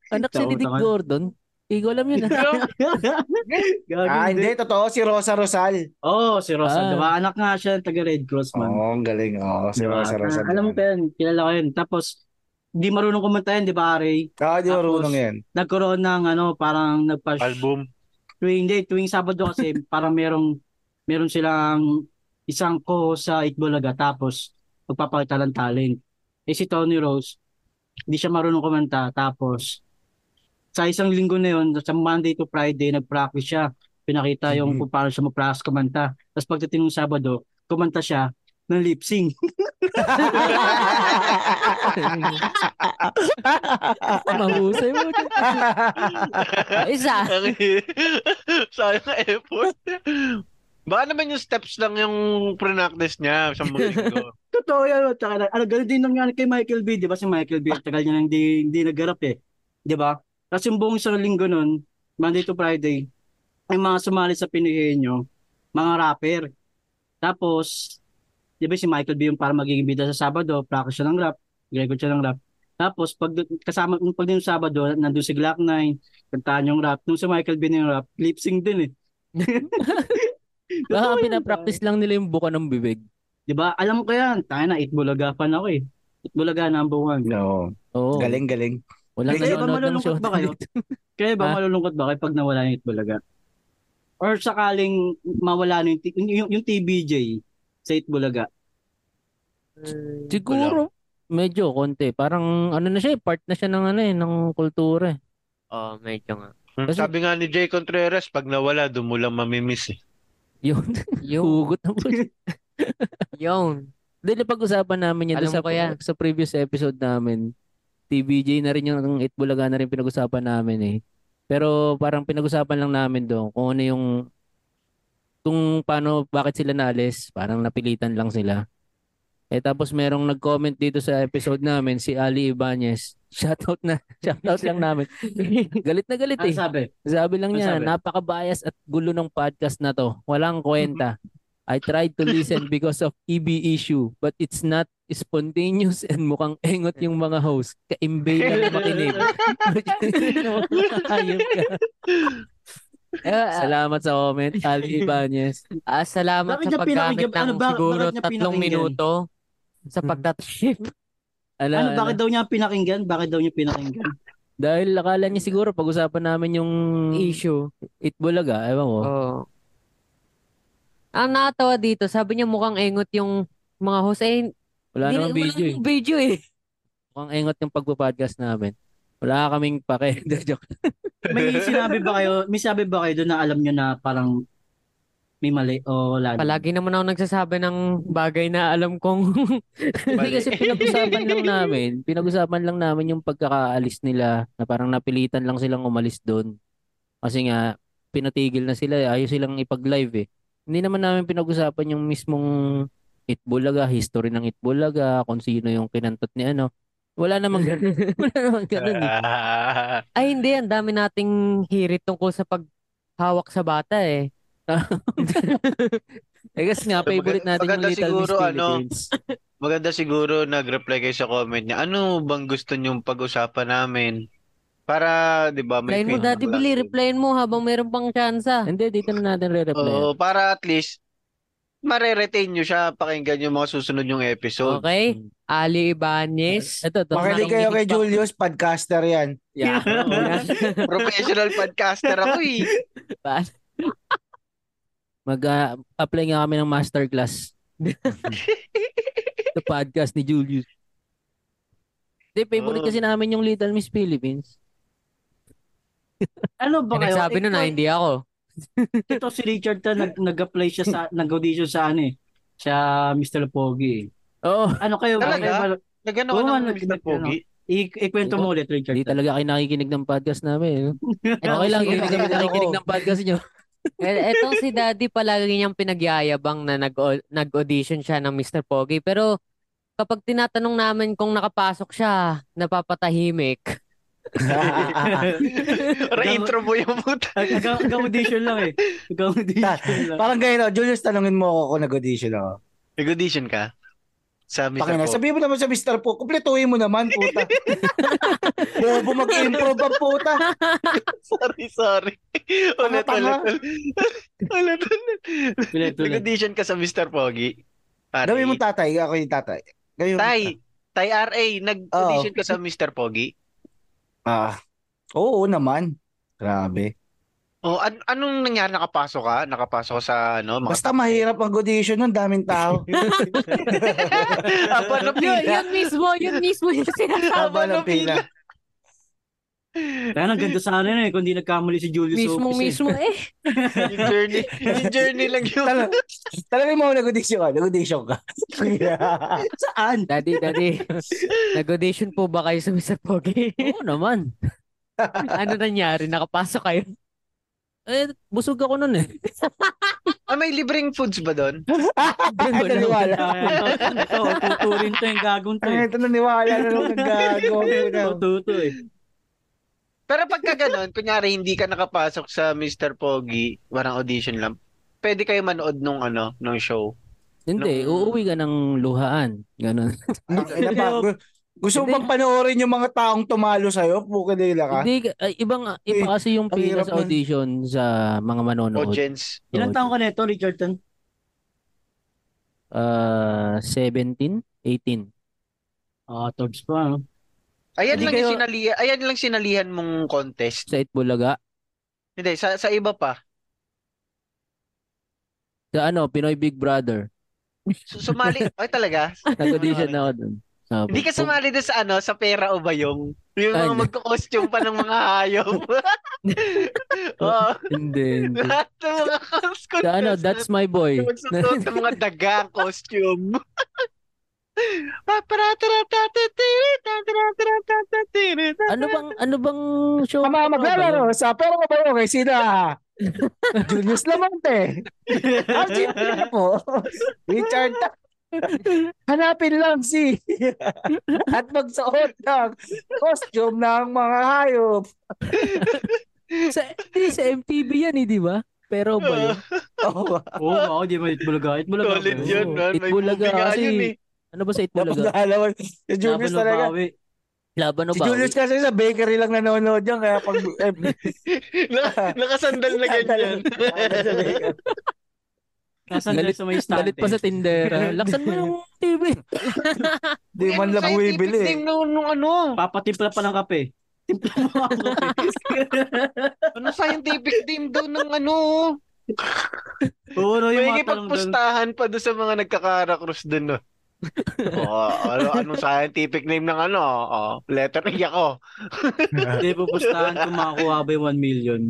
Speaker 1: Anak siya ni Dick
Speaker 3: Tama, tama.
Speaker 1: Gordon. Hindi ko alam yun. ah.
Speaker 3: Gago,
Speaker 4: ah, hindi. Totoo, si Rosa Rosal.
Speaker 3: Oo, oh, si
Speaker 1: Ah.
Speaker 3: Rosa. Diba? Anak nga siya ng taga Red Cross,
Speaker 4: Oo,
Speaker 3: man.
Speaker 4: oh, ang galing. Oo,
Speaker 3: Ah.
Speaker 4: si
Speaker 3: Diba?
Speaker 4: Rosa Rosal.
Speaker 3: Ah, alam mo pa yan, kilala ko yun. Tapos, di marunong kumanta yan, di ba, Aray?
Speaker 4: Ah, di
Speaker 3: Tapos-
Speaker 4: marunong yan.
Speaker 3: Nagkaroon ng, ano, parang nagpa-
Speaker 5: Album.
Speaker 3: Tuwing, hindi, tuwing Sabado kasi, parang merong, meron silang isang ko sa Itbulaga. Tapos, magpapakita ng talent. Eh, si Tony Rose, di siya marunong kumanta. Tapos, sa isang linggo na yun, sa Monday to Friday, nag-practice siya. Pinakita yung
Speaker 4: Mhm.
Speaker 3: kung paano siya mag-practice kumanta. Tapos pagdating ng Sabado, kumanta siya ng lip-sync.
Speaker 1: Mahusay mo.
Speaker 2: Isa.
Speaker 5: Ang- Sayang ang effort. Baka naman yung steps lang yung prinactice niya sa mga linggo.
Speaker 3: Totoo yan. Tsaka, na- ano, ganun din nangyari kay Michael B. Di ba si Michael B. Ang tagal niya na hindi, hindi nagarap eh. Di ba? Tapos yung buong isang linggo nun, Monday to Friday, yung mga sumali sa Pinoyenyo, mga rapper. Tapos, di ba si Michael B. yung para magiging bida sa Sabado, practice siya ng rap, record siya ng rap. Tapos, pag kasama, yung pag din yung Sabado, nandun si Glock 9, kantaan yung rap. Nung si Michael B. na yung rap, lip sync din eh.
Speaker 2: Ah,
Speaker 1: Baka
Speaker 3: Totoo yun,
Speaker 1: pinapractice lang nila yung buka ng bibig.
Speaker 3: Di ba? Diba? Alam ko yan. Tayo na, Itbulaga fan ako eh. Itbulaga number one.
Speaker 4: No.
Speaker 1: Oo.
Speaker 4: Oh. Galing, galing.
Speaker 1: Walang
Speaker 4: Hindi,
Speaker 1: nanonood
Speaker 3: ba
Speaker 1: ng
Speaker 3: malulungkot
Speaker 1: show
Speaker 3: ba kayo?
Speaker 1: dito.
Speaker 3: Kaya ba
Speaker 1: Ha?
Speaker 3: malulungkot ba kayo pag nawala yung Itbulaga? Or sakaling mawala na yung, t- yung, yung TBJ sa Itbulaga?
Speaker 1: Siguro, medyo konti. Parang ano na siya, eh, part na siya ng ano eh, ng kultura. eh.
Speaker 2: Oh, medyo nga.
Speaker 1: Kasi-
Speaker 5: Sabi nga ni Jay Contreras, pag nawala, doon mo lang mamimiss eh.
Speaker 1: Yun,
Speaker 2: Yung,
Speaker 1: hugot na po.
Speaker 2: yung.
Speaker 1: Dahil napag-usapan namin yan doon
Speaker 2: Alam
Speaker 1: sa,
Speaker 2: ko yan.
Speaker 1: sa previous episode namin. TBJ na rin yung ang Itbulaga na rin pinag-usapan namin eh. Pero parang pinag-usapan lang namin doon kung ano yung kung paano, bakit sila naalis. Parang napilitan lang sila. Eh tapos merong nag-comment dito sa episode namin si Ali Ibanez Shoutout na. Shoutout lang namin. Galit na galit
Speaker 3: Ano
Speaker 2: Ah,
Speaker 1: eh.
Speaker 3: sabi?
Speaker 1: Sabi lang
Speaker 3: Ano
Speaker 1: niya,
Speaker 3: sabi?
Speaker 1: napaka-bias at gulo ng podcast na to. Walang kwenta. I tried to listen because of EB issue, but it's not spontaneous and mukhang engot yung mga host. Kaimbay lang makinig. Ayop ka. ah,
Speaker 2: Eh,
Speaker 1: Salamat sa comment, Al Ibanez.
Speaker 2: ah, salamat
Speaker 3: Bakit
Speaker 2: sa
Speaker 3: niya
Speaker 2: paggamit
Speaker 3: pinakinggan? Ano
Speaker 2: ng
Speaker 3: ba-
Speaker 2: siguro
Speaker 3: bakit niya
Speaker 2: tatlong
Speaker 3: pinakinggan?
Speaker 2: minuto sa
Speaker 1: Hmm.
Speaker 2: pagtatrip.
Speaker 1: Ala,
Speaker 3: Ano,
Speaker 1: ala.
Speaker 3: bakit daw niya pinakinggan? Bakit daw niya pinakinggan?
Speaker 1: Dahil akala niya siguro pag-usapan namin yung
Speaker 2: issue.
Speaker 1: Itbulaga, ewan ko.
Speaker 2: Oo. Ang nakatawa dito, sabi niya mukhang engot yung mga host. Eh,
Speaker 1: Wala
Speaker 2: di-
Speaker 1: namang video eh.
Speaker 2: namang video eh.
Speaker 1: Mukhang engot yung pagpo-podcast namin. Wala kaming pake. Joke.
Speaker 3: May sinabi ba kayo, may sabi ba kayo doon na alam niyo na parang may mali o wala? na?
Speaker 2: Palagi naman ako nagsasabi ng bagay na alam kong
Speaker 1: Hindi kasi pinag-usapan lang namin, pinag-usapan lang namin yung pagkakaalis nila na parang napilitan lang silang umalis doon. Kasi nga, pinatigil na sila, eh. ayaw silang ipag-live eh. Hindi naman namin pinag-usapan yung mismong Itbulaga, history ng Itbulaga, kung sino yung kinantot ni ano. Wala namang ganun. Wala namang ganun. eh.
Speaker 5: Ah,
Speaker 2: Ay, hindi. Ang dami nating hirit tungkol sa paghawak sa bata eh.
Speaker 1: Eh kasi nga,
Speaker 5: Maganda-
Speaker 1: favorite natin yung
Speaker 5: maganda
Speaker 1: Little Miss
Speaker 5: siguro, ano,
Speaker 1: Philippines.
Speaker 5: maganda siguro nag-reply kayo sa comment niya. Ano bang gusto niyong pag-usapan namin? Para, di ba, may
Speaker 2: Replyin mo,
Speaker 5: feedback
Speaker 2: Daddy
Speaker 5: lang
Speaker 2: Billy.
Speaker 5: din.
Speaker 2: Replyin mo habang meron pang tsansa.
Speaker 1: Hindi, dito na natin re-reply.
Speaker 5: Oo, para at least, mare-retain nyo siya, pakinggan yung mga susunod yung episode.
Speaker 2: Okay? Ali Ibanez.
Speaker 1: Ito, ito.
Speaker 4: Makinig kayo kay Julius, podcaster yan.
Speaker 1: Yeah.
Speaker 5: Professional podcaster ako eh.
Speaker 1: Mag-apply nga kami ng masterclass. The podcast ni Julius. Hindi, favorite
Speaker 5: Oh.
Speaker 1: kasi namin yung Little Miss Philippines.
Speaker 3: Ano ba
Speaker 2: Yung
Speaker 3: kayo?
Speaker 2: nagsabi
Speaker 3: Ito-
Speaker 2: nun na hindi ako.
Speaker 3: Ito si Richard ta nag, nag-apply siya sa nag-audition sa ano eh, sa Mr. Pogi. eh.
Speaker 4: Oh.
Speaker 1: Oo,
Speaker 3: Ano kayo?
Speaker 5: Talaga?
Speaker 3: Ano kayo-
Speaker 5: Nagano
Speaker 3: Oo,
Speaker 5: ka
Speaker 3: ano,
Speaker 5: naman, Mr.
Speaker 3: nag-
Speaker 5: Pogi?
Speaker 3: I- ikwento mo ulit Richard.
Speaker 1: hindi talaga kayo nakikinig ng podcast namin. eh. Okay lang, hindi kami nakikinig ng podcast nyo.
Speaker 2: Eh, Etong si Daddy palagi niyang pinagyayabang na nag- nag-audition siya ng Mr. Pogi. Pero kapag tinatanong namin kung nakapasok siya, napapatahimik.
Speaker 5: Re-intro mo yung puta.
Speaker 3: Nag-audition lang eh. Nag-audition lang.
Speaker 4: Parang ganyan, oh, Julius, tanungin mo ako kung nag-audition ako.
Speaker 5: Nag-audition ka? Sa Mr.
Speaker 4: Pakina,
Speaker 5: Pogi.
Speaker 4: sabihin mo naman sa Mr. Po, kumpletuhin mo naman, puta. Bobo mag-improve ang puta.
Speaker 5: Sorry, sorry. Ulit, ulit,
Speaker 4: Tanga-tanga.
Speaker 5: ulit. Ulit, ulit.
Speaker 3: Ulit, ulit.
Speaker 5: Nag-audition ka sa Mr. Pogi. Pare.
Speaker 4: Gawin mo tatay, ako yung tatay. Gawin mo.
Speaker 5: Tay, Tay RA, nag-audition ka sa Mr. Pogi.
Speaker 4: Ah, oo naman. Grabe.
Speaker 5: Oh, an- anong nangyari nakapasok ka? Nakapasok ka sa ano, mga
Speaker 4: Basta mahirap ang audition nun, daming tao.
Speaker 5: Aba na
Speaker 2: yun,
Speaker 5: pila.
Speaker 2: yun mismo, yun mismo yung sinasabi.
Speaker 4: Haba ng
Speaker 5: ng pila.
Speaker 4: pila.
Speaker 3: Kaya nang ganda sana yun eh, kung di nagkamali si Julius
Speaker 2: Mismo,
Speaker 3: Opis eh.
Speaker 2: mismo eh.
Speaker 5: Yung journey, yung journey lang yun.
Speaker 4: Tal- Talagang mo nag-audition ka, nag-audition ka.
Speaker 3: eh. Saan?
Speaker 1: Daddy, daddy.
Speaker 2: Nag-audition po ba kayo sa Mr. Pogi?
Speaker 1: Oo naman.
Speaker 2: ano nangyari? Nakapasok kayo?
Speaker 1: Eh, busog ako nun eh.
Speaker 5: Ah, may libreng foods ba doon?
Speaker 4: Ay, naniwala.
Speaker 3: Ito, ito, tuturin to yung gagawin to
Speaker 4: Ay,
Speaker 3: eh.
Speaker 4: ito naniwala na lang ng gago. puta.
Speaker 3: Tututo eh.
Speaker 5: Pero pagka ganun, kunyari hindi ka nakapasok sa Mr. Pogi, warang audition lang. Pwede kayo manood nung ano, nung show.
Speaker 1: Hindi,
Speaker 5: Nung-
Speaker 1: uuwi ka ng luhaan. Ganun.
Speaker 4: Ang ina pa, gu- Gusto mo bang panoorin yung mga taong tumalo sa'yo? Puka nila ka.
Speaker 1: Hindi, ka- ay, ibang, iba
Speaker 4: Eh,
Speaker 1: kasi yung
Speaker 4: ang
Speaker 1: pila
Speaker 4: hirap
Speaker 1: sa
Speaker 4: nun.
Speaker 1: audition sa mga manonood.
Speaker 5: Audience.
Speaker 3: Ilang taong ka na ito, Richard? Tan?
Speaker 1: Ah, 17, 18.
Speaker 3: Ah, Torbs pa. no?
Speaker 5: Ayan
Speaker 1: Hindi
Speaker 5: lang
Speaker 1: kayo-
Speaker 5: yung sinalihan, ayan lang sinalihan mong contest.
Speaker 1: Sa Itbulaga.
Speaker 5: Hindi, sa, sa iba pa.
Speaker 1: Sa ano, Pinoy Big Brother.
Speaker 5: Su- Sumali, ay talaga.
Speaker 1: Nag-audition na ako dun. Sabi,
Speaker 5: Hindi ka sumali doon sa ano, sa pera o bayong. Yung
Speaker 1: Ay,
Speaker 5: mga
Speaker 1: hindi.
Speaker 5: magko-costume pa ng mga hayop. Oo.
Speaker 1: Hindi, hindi.
Speaker 5: Lahat ng mga costume.
Speaker 1: Sa ano, That's My Boy.
Speaker 5: Nagsusuot ng mga daga ang costume. Paparataratatatirit,
Speaker 1: ano bang, ano bang show?
Speaker 4: Ang mga
Speaker 1: Ano ba
Speaker 4: maglalaro
Speaker 1: yun?
Speaker 4: sa Pero Kabayo kay sina Julius Lamante, RG Filippo, Ah, Richard Ta- Hanapin lang si at magsuot ng costume ng mga hayop.
Speaker 1: sa, di, sa MTV yan eh, di ba? Pero ba yun?
Speaker 4: Oh,
Speaker 3: Oo, ako di ba itbulaga. Itbulaga.
Speaker 5: Solid
Speaker 1: Oo.
Speaker 5: yun, man. May
Speaker 1: Itbulaga
Speaker 5: movie nga
Speaker 1: kasi.
Speaker 5: yun eh.
Speaker 1: Ano ba sa
Speaker 4: dapat
Speaker 1: Itbulaga?
Speaker 4: nahalawan. Si
Speaker 3: Laban
Speaker 4: Julius
Speaker 3: ng
Speaker 4: talaga.
Speaker 3: bawi.
Speaker 1: Laban o
Speaker 4: Si
Speaker 1: ba?
Speaker 4: Julius kasi sa bakery lang nanonood yan. Kaya pag... eh,
Speaker 5: Naka- Nakasandal na ganyan.
Speaker 3: Nasaan
Speaker 1: Galit-
Speaker 3: sa may eh?
Speaker 1: Galit
Speaker 3: estante?
Speaker 1: pa sa tindera. Laksan mo yung TV.
Speaker 4: Di man lang bumibili.
Speaker 5: nung, nung ano.
Speaker 3: Papatimpla pa ng kape. Timpla mo ang kape.
Speaker 5: Ano scientific team doon ng ano?
Speaker 3: Oo, no, yung mga tanong doon.
Speaker 5: May ipagpustahan pa doon sa mga nagkakarakrus doon, no? oh, ano, anong scientific name ng ano? Oh, letter E ako.
Speaker 3: Hindi, pupustahan kung makakuha ba yung 1 million.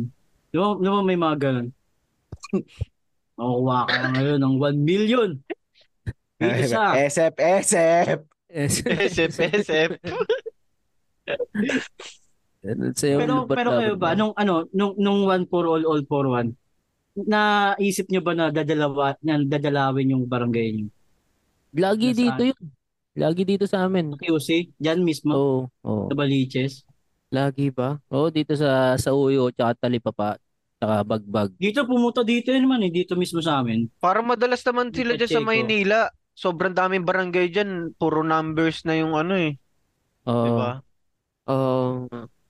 Speaker 3: Di ba, di ba may mga ganun? Makukuha ka na ngayon ng 1 million. Dito sa...
Speaker 4: SF, SF.
Speaker 5: SF, SF.
Speaker 3: Pero, pero kayo eh, ano ba, nung ano, nung, nung one for all, all for one, naisip nyo ba na dadalawa, na dadalawin yung barangay nyo?
Speaker 1: Lagi
Speaker 3: Nasaan?
Speaker 1: dito yun. Lagi dito sa amin.
Speaker 3: QC? Diyan mismo?
Speaker 1: Oo. oo.
Speaker 3: Sa Baliches?
Speaker 1: Lagi ba? Oo, dito sa sa Uyo, tsaka Talipapa, tsaka Bagbag.
Speaker 3: Dito, pumunta dito yun man eh. Dito mismo sa amin.
Speaker 5: Parang madalas naman sila dyan sa
Speaker 3: Pacheco.
Speaker 5: Maynila. Sobrang daming barangay dyan. Puro numbers na yung ano eh. Diba?
Speaker 1: Oo.
Speaker 5: Di ba?
Speaker 1: Oo.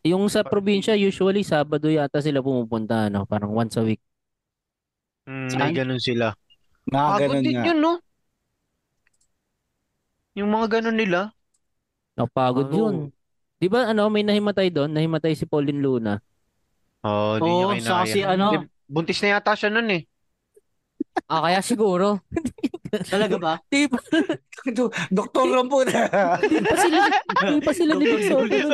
Speaker 1: yung sa probinsya, usually Sabado yata sila pumupunta, ano? Parang once a week.
Speaker 5: Mm,
Speaker 3: Saan?
Speaker 5: may ganun sila.
Speaker 4: Mga
Speaker 5: Pagod
Speaker 4: Ah, ganun
Speaker 5: din
Speaker 4: nga.
Speaker 5: yun, no? Yung mga ganun nila.
Speaker 1: Napagod
Speaker 2: Oh.
Speaker 5: Oo.
Speaker 1: yun. Di ba ano, may nahimatay doon? Nahimatay si Pauline Luna.
Speaker 5: Oo, oh, di
Speaker 3: Oo,
Speaker 5: niya
Speaker 3: sa
Speaker 5: kinaya.
Speaker 3: kasi ano,
Speaker 5: Di- Buntis na yata siya nun eh.
Speaker 2: Ah, kaya siguro.
Speaker 3: talaga ba?
Speaker 1: Di ba,
Speaker 4: Doktor lang po na.
Speaker 1: di ba sila, di ba sila niligsote doon?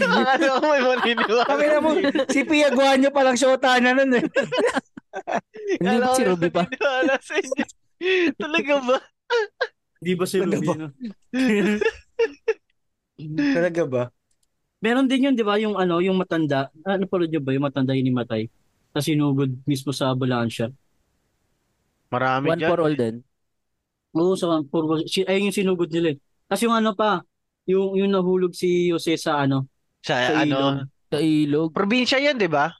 Speaker 5: Akala ko may maniniwala.
Speaker 4: Kami na mo, si Pia Guanyo palang shota na nun eh.
Speaker 1: Hindi
Speaker 5: Akala
Speaker 1: ba
Speaker 5: ko
Speaker 1: si
Speaker 5: may
Speaker 1: Ruby pa?
Speaker 5: maniniwala sa inyo. Talaga ba?
Speaker 3: Di ba si
Speaker 4: Ano
Speaker 3: Ruby,
Speaker 4: ba?
Speaker 3: no?
Speaker 4: Talaga ba?
Speaker 3: Meron din yun, di ba, yung ano, yung matanda. Ah, Napanood nyo ba yung matanda yun ni Matay? Na sinugod mismo sa ambulansya.
Speaker 5: Marami
Speaker 1: One
Speaker 5: dyan.
Speaker 1: for all din.
Speaker 3: Oo, sa puro, si, ayun yung sinugod nila eh. Tapos yung ano pa, yung, yung nahulog si Jose sa ano,
Speaker 5: Sa,
Speaker 3: sa
Speaker 5: ano,
Speaker 3: ilog.
Speaker 1: Sa ilog.
Speaker 5: probinsya yan, di ba?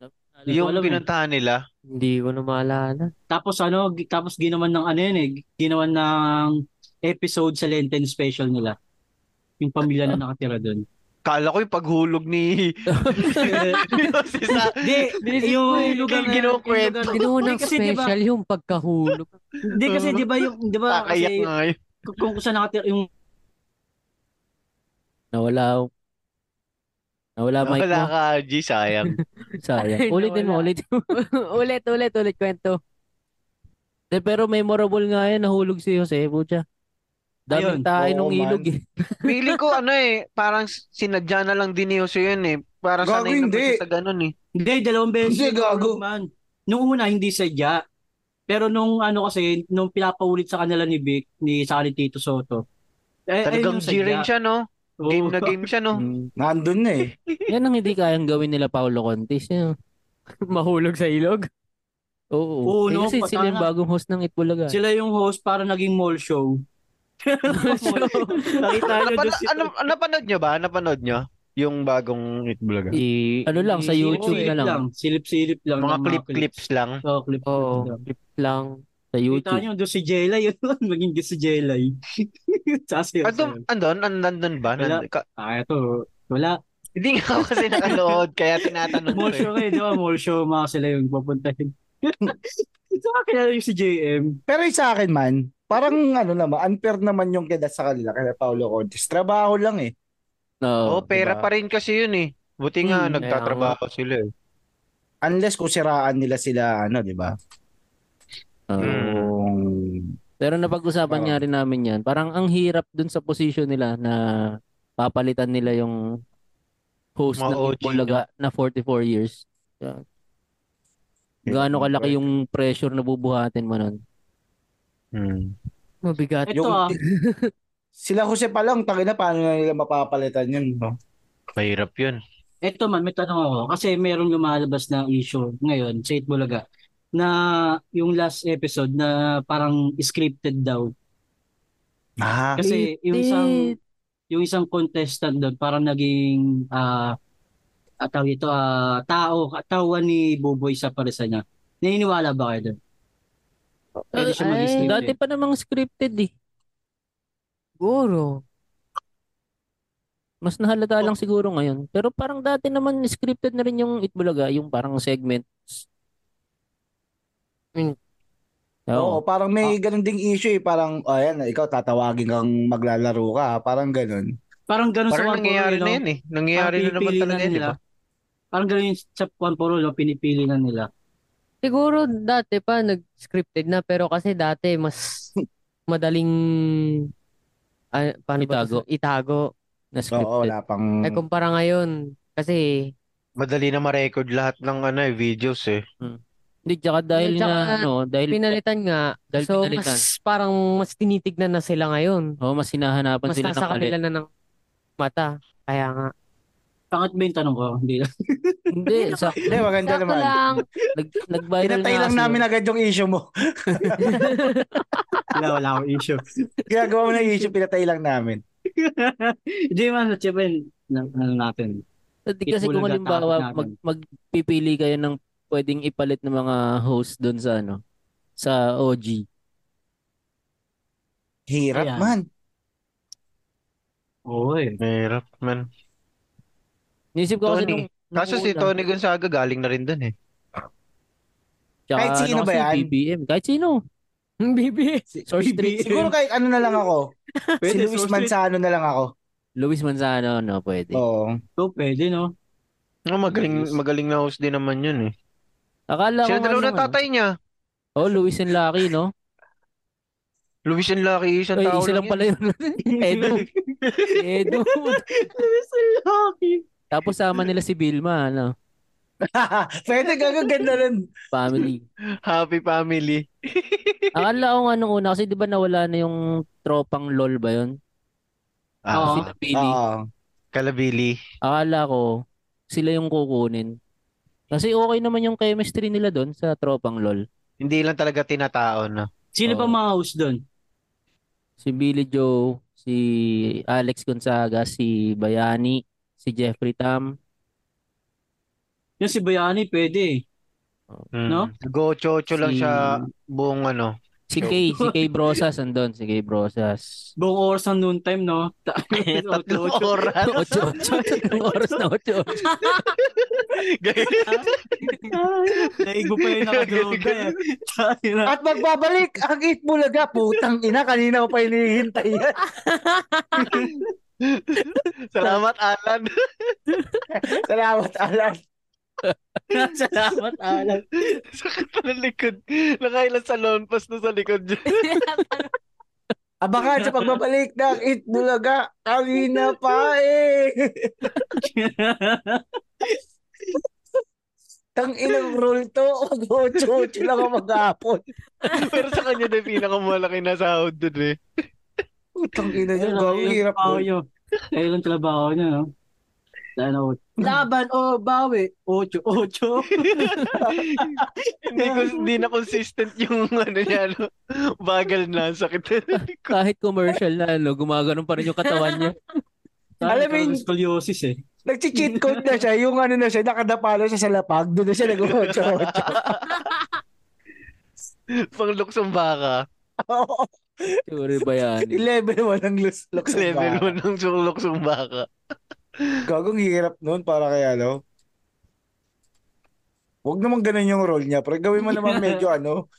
Speaker 1: Alam ko,
Speaker 5: Yung
Speaker 1: alam eh.
Speaker 5: pinuntahan nila.
Speaker 2: Hindi ko na maalala.
Speaker 3: Tapos ano, gi- tapos ginawan ng ano yun eh, ginawan ng episode sa Lenten special nila. Yung pamilya na nakatira doon.
Speaker 5: Kala ko yung paghulog ni... si sa...
Speaker 3: Di, yung lugar na yung
Speaker 5: Ginawa
Speaker 3: lugar
Speaker 5: kwento.
Speaker 3: na-
Speaker 2: Ginawa ng
Speaker 3: Hindi kasi, di ba,
Speaker 2: special yung pagkahulog.
Speaker 3: hindi kasi di ba yung, di ba
Speaker 5: Kakayak
Speaker 3: kasi
Speaker 5: nga yun.
Speaker 3: kung- kung saan nakatira yung
Speaker 1: Nawala ako. Nawala mic
Speaker 5: Wala
Speaker 1: mo.
Speaker 5: ka, G, sayang.
Speaker 1: Sayang.
Speaker 2: Ay,
Speaker 1: Ulitin mo,
Speaker 2: nawala.
Speaker 1: ulitin mo.
Speaker 2: ulit, ulit, ulit kwento.
Speaker 1: De, Eh, pero memorable nga yan. Nahulog si Jose. Pucha. Daming
Speaker 3: Ayun.
Speaker 1: tayo
Speaker 4: Oo,
Speaker 1: nung
Speaker 4: man.
Speaker 1: ilog eh.
Speaker 5: Feeling ko ano eh, parang sinadya na lang din ni Jose yun eh. Parang
Speaker 4: Gago,
Speaker 5: sanay na ba
Speaker 4: hindi.
Speaker 5: siya sa ganun eh.
Speaker 3: Hindi, dalawang beses.
Speaker 4: Hindi, gago.
Speaker 3: Man. Nung una, hindi sadya. Pero nung ano kasi, nung pinapaulit sa kanila ni Vic, ni sa kanila ni Tito Soto. Eh,
Speaker 5: Talagang G rin siya, no?
Speaker 3: Oo.
Speaker 5: Game na game siya, no?
Speaker 1: Mm.
Speaker 4: Nandun na eh.
Speaker 1: Yan ang hindi kayang gawin nila Paolo Contis. Yan.
Speaker 2: Mahulog sa ilog.
Speaker 1: Oo.
Speaker 3: Oo,
Speaker 1: Eh,
Speaker 3: no,
Speaker 1: kasi sila yung
Speaker 3: patana.
Speaker 1: bagong host ng Itbulaga.
Speaker 3: Sila yung host para naging mall show. Nakita nyo
Speaker 5: Napano,
Speaker 3: doon si-
Speaker 5: ano, napanood nyo ba? Napanood nyo? Yung bagong itbulaga.
Speaker 2: I-
Speaker 1: Ano lang, sa
Speaker 2: i-
Speaker 1: YouTube
Speaker 3: Silip-silip
Speaker 1: na lang.
Speaker 3: Silip-silip lang.
Speaker 5: Mga
Speaker 3: ng
Speaker 5: clip-clips lang.
Speaker 3: Oo, clip
Speaker 2: Oo,
Speaker 3: lang.
Speaker 2: clip lang.
Speaker 1: Sa
Speaker 3: Kita
Speaker 1: YouTube.
Speaker 3: nyo doon si Jelay. Yun, maging doon si Jelay. Tsaka si
Speaker 5: Andun,
Speaker 3: Jose.
Speaker 5: andun, andun, andun ba? Nand- ka-
Speaker 3: Ah, ito. Wala.
Speaker 5: hindi nga ako kasi nakanood, kaya tinatanong ko
Speaker 3: Mall
Speaker 5: eh.
Speaker 3: show kayo, di ba? Mall show mga sila yung papuntahin. Saka kilala yung si JM.
Speaker 4: Pero yung sa akin man, parang ano naman, unfair naman yung keda sa kanila kaya Paolo Contis. Trabaho lang eh.
Speaker 1: Oo.
Speaker 5: Oh, pera
Speaker 4: diba?
Speaker 5: pa rin kasi yun eh. Buti nga,
Speaker 3: Hmm,
Speaker 5: nagtatrabaho sila eh.
Speaker 4: Unless kung siraan nila sila, ano, di ba?
Speaker 1: Oo.
Speaker 5: Mm.
Speaker 4: Yung...
Speaker 1: Pero napag-usapan
Speaker 4: Oo.
Speaker 1: nga rin namin yan. Parang ang hirap dun sa position nila na papalitan nila yung host
Speaker 5: Mga
Speaker 1: ng
Speaker 5: OG
Speaker 1: Itbulaga na 44 years. Yeah. Gaano kalaki yung pressure na bubuhatin mo nun?
Speaker 5: Hmm.
Speaker 2: Mabigat.
Speaker 3: Ito
Speaker 4: Yung-
Speaker 3: ah,
Speaker 4: Sila Jose pa lang, tangina, paano na nila mapapalitan yun? No?
Speaker 5: Mahirap yun.
Speaker 3: ito man, may tanong ako. Kasi meron lumalabas na issue ngayon sa Itbulaga na yung last episode na parang scripted daw.
Speaker 4: Ah,
Speaker 3: Kasi yung isang yung isang contestant doon parang naging ah ah, tawag ito ah, tao katawan ni Buboy sa parisa niya. Naniniwala ba kayo doon?
Speaker 5: Oh,
Speaker 3: Pwede siya
Speaker 5: eh,
Speaker 3: eh.
Speaker 1: Ay,
Speaker 3: mag-scripted.
Speaker 1: Dati pa namang scripted eh.
Speaker 2: Siguro.
Speaker 1: Mas nahalata
Speaker 4: Oh.
Speaker 1: lang siguro ngayon. Pero parang dati naman scripted na rin yung Itbulaga, yung parang segment.
Speaker 4: Hmm.
Speaker 2: Mm.
Speaker 1: Oo.
Speaker 4: Oo, parang may ganun ding issue eh. Parang, ayan, ikaw tatawagin kang maglalaro ka. Parang ganun.
Speaker 3: Parang ganun sa One For
Speaker 5: Parang nangyayari
Speaker 3: All, no?
Speaker 5: na yan eh.
Speaker 3: Parang
Speaker 5: Nangyayari na naman
Speaker 3: pinipili
Speaker 5: talaga diba?
Speaker 3: na
Speaker 5: yan, di
Speaker 3: nila.
Speaker 5: ba?
Speaker 3: Parang ganun yung sa One For All, no? pinipili na nila.
Speaker 2: Siguro dati pa nag-scripted na pero kasi dati mas madaling ah, paano ba to- itago.
Speaker 1: na
Speaker 4: Oo,
Speaker 1: scripted.
Speaker 4: wala pang...
Speaker 1: Mm.
Speaker 2: Ay kumpara ngayon kasi
Speaker 5: Madali na ma-record lahat ng ano eh, videos eh.
Speaker 1: Hindi, tsaka dahil
Speaker 2: Tsaka
Speaker 1: na, ano, dahil,
Speaker 2: pinalitan nga.
Speaker 1: dahil
Speaker 2: so
Speaker 1: pinalitan.
Speaker 2: mas parang mas tinitignan na sila ngayon.
Speaker 1: oh, mas hinahanapan
Speaker 2: Mas
Speaker 1: sila ng
Speaker 2: nasa
Speaker 1: kalit.
Speaker 2: kanila na ng mata. Kaya nga.
Speaker 3: Pangat ba yung tanong ko? Hindi lang.
Speaker 1: Hindi, sa,
Speaker 4: Hindi, maganda
Speaker 2: Sakto
Speaker 4: naman.
Speaker 2: lang.
Speaker 1: nag, nag-viral
Speaker 4: Pinatay
Speaker 1: na
Speaker 4: lang
Speaker 1: kasi
Speaker 4: namin
Speaker 1: yun.
Speaker 4: agad yung issue mo.
Speaker 3: Wala, wala akong issue.
Speaker 4: Ginagawa mo na yung issue, pinatay lang namin.
Speaker 3: Hindi man, siyempre, na- ano natin.
Speaker 1: Hindi kasi
Speaker 3: Itbulaga
Speaker 1: kung halimbawa,
Speaker 3: topic natin.
Speaker 1: mag, magpipili kayo ng pwedeng ipalit ng mga host doon sa ano, sa OG.
Speaker 4: Hirap
Speaker 3: Ayan.
Speaker 4: man.
Speaker 3: Oo eh.
Speaker 5: Mahirap man.
Speaker 1: Naisip ko kasi
Speaker 5: Tony.
Speaker 1: nung, nung
Speaker 5: Kaso si
Speaker 1: una,
Speaker 5: Tony Gonzaga galing na rin dun eh.
Speaker 1: tsaka
Speaker 4: Kahit sino
Speaker 1: ano
Speaker 4: ba
Speaker 1: kasi,
Speaker 4: yan?
Speaker 1: BBM. Kahit sino.
Speaker 2: BBS.
Speaker 1: Source Street.
Speaker 3: BBM.
Speaker 4: Siguro kahit ano na lang ako. si Luis Manzano na lang ako.
Speaker 1: Luis Manzano, no, pwede.
Speaker 4: Oo.
Speaker 3: So, pwede, no?
Speaker 5: Oh, magaling,
Speaker 3: Yes.
Speaker 5: magaling na host din naman yun eh.
Speaker 1: Akala ko
Speaker 5: Sila dalawa
Speaker 1: nga
Speaker 5: ng
Speaker 1: lang, ano,
Speaker 5: tatay niya.
Speaker 1: oh, Luis and Lucky, no?
Speaker 5: Luis and Lucky, isang
Speaker 1: Ay,
Speaker 5: tao
Speaker 1: isa lang
Speaker 5: lang yan.
Speaker 1: pala yun. Edo. Edo.
Speaker 3: Luis and Lucky.
Speaker 1: Tapos sama nila si Vilma, ano,
Speaker 4: Pwede gagawin ganda nun.
Speaker 1: family.
Speaker 5: Happy family.
Speaker 1: Akala ko nga nung una, kasi di ba nawala na yung tropang LOL ba yun?
Speaker 5: Ah,
Speaker 1: Si
Speaker 5: si-
Speaker 1: Napili.
Speaker 3: Ah.
Speaker 4: Oo.
Speaker 5: Kalabili.
Speaker 1: Akala ko, sila yung kukunin. Kasi okay naman yung chemistry nila doon sa tropang LOL.
Speaker 5: Hindi lang talaga tinataon. No?
Speaker 3: Sino
Speaker 1: Oo.
Speaker 3: pa mga host doon?
Speaker 1: Si Billy Joe, si Alex Gonzaga, si Bayani, si Jeffrey Tam.
Speaker 3: Yung si Bayani, pwede eh.
Speaker 5: Mm.
Speaker 3: No?
Speaker 5: Go-chocho lang
Speaker 1: si,
Speaker 5: siya buong ano.
Speaker 1: Si Kay, si Kay Brosas andun, si Kay Brosas.
Speaker 3: Buong oras ng noon time, no? Ta-
Speaker 5: Tatlong
Speaker 3: Ocho-
Speaker 5: oras.
Speaker 1: Ocho, ocho, tatlong oras na ocho.
Speaker 3: Naigo pa yung nakadroga eh. Tayo na.
Speaker 4: At magbabalik ang Itbulaga. Putang ina, kanina ko pa hinihintay yan.
Speaker 5: Salamat, Alan.
Speaker 4: Salamat, Alan.
Speaker 3: Salamat, Alan.
Speaker 5: Sakit pa ng likod. Nakailan sa loan pass na sa likod niya.
Speaker 4: Abangan sa pagbabalik ng Itbulaga. Kanina pa eh. Tang ilang rule to. Mag-ocho-ocho lang ako maghapon.
Speaker 5: Pero sa kanya na yung pinakamalaki na sahod dun eh.
Speaker 4: Putang ina
Speaker 3: Ayun
Speaker 4: niya.
Speaker 3: lang,
Speaker 4: Gawin
Speaker 3: ayun ang
Speaker 4: hirap.
Speaker 3: trabaho
Speaker 4: nun.
Speaker 3: niyo. Ayun ang trabaho niyo, no? Sana all. Laban o bawi. Ocho, ocho.
Speaker 5: hindi, ko, hindi na consistent yung ano niya. Ano. Bagal na. Sakit na ng likod.
Speaker 1: Kahit commercial na, ano, gumaganon pa rin yung katawan niya.
Speaker 4: Alam mo
Speaker 3: Parang
Speaker 4: yun-
Speaker 3: scoliosis eh.
Speaker 4: Nag-cheat code na siya. Yung ano na siya, nakadapalo siya sa lapag. Doon na siya nag-ocho-ocho.
Speaker 5: Pang luksong baka.
Speaker 1: Sure ba yan?
Speaker 4: Level 1 ang looks looks
Speaker 5: Level
Speaker 4: level
Speaker 5: 1 ng luksong baka.
Speaker 4: 1. Gagong hirap noon para kay ano. Huwag naman ganun yung role niya, pero gawin mo naman medyo ano.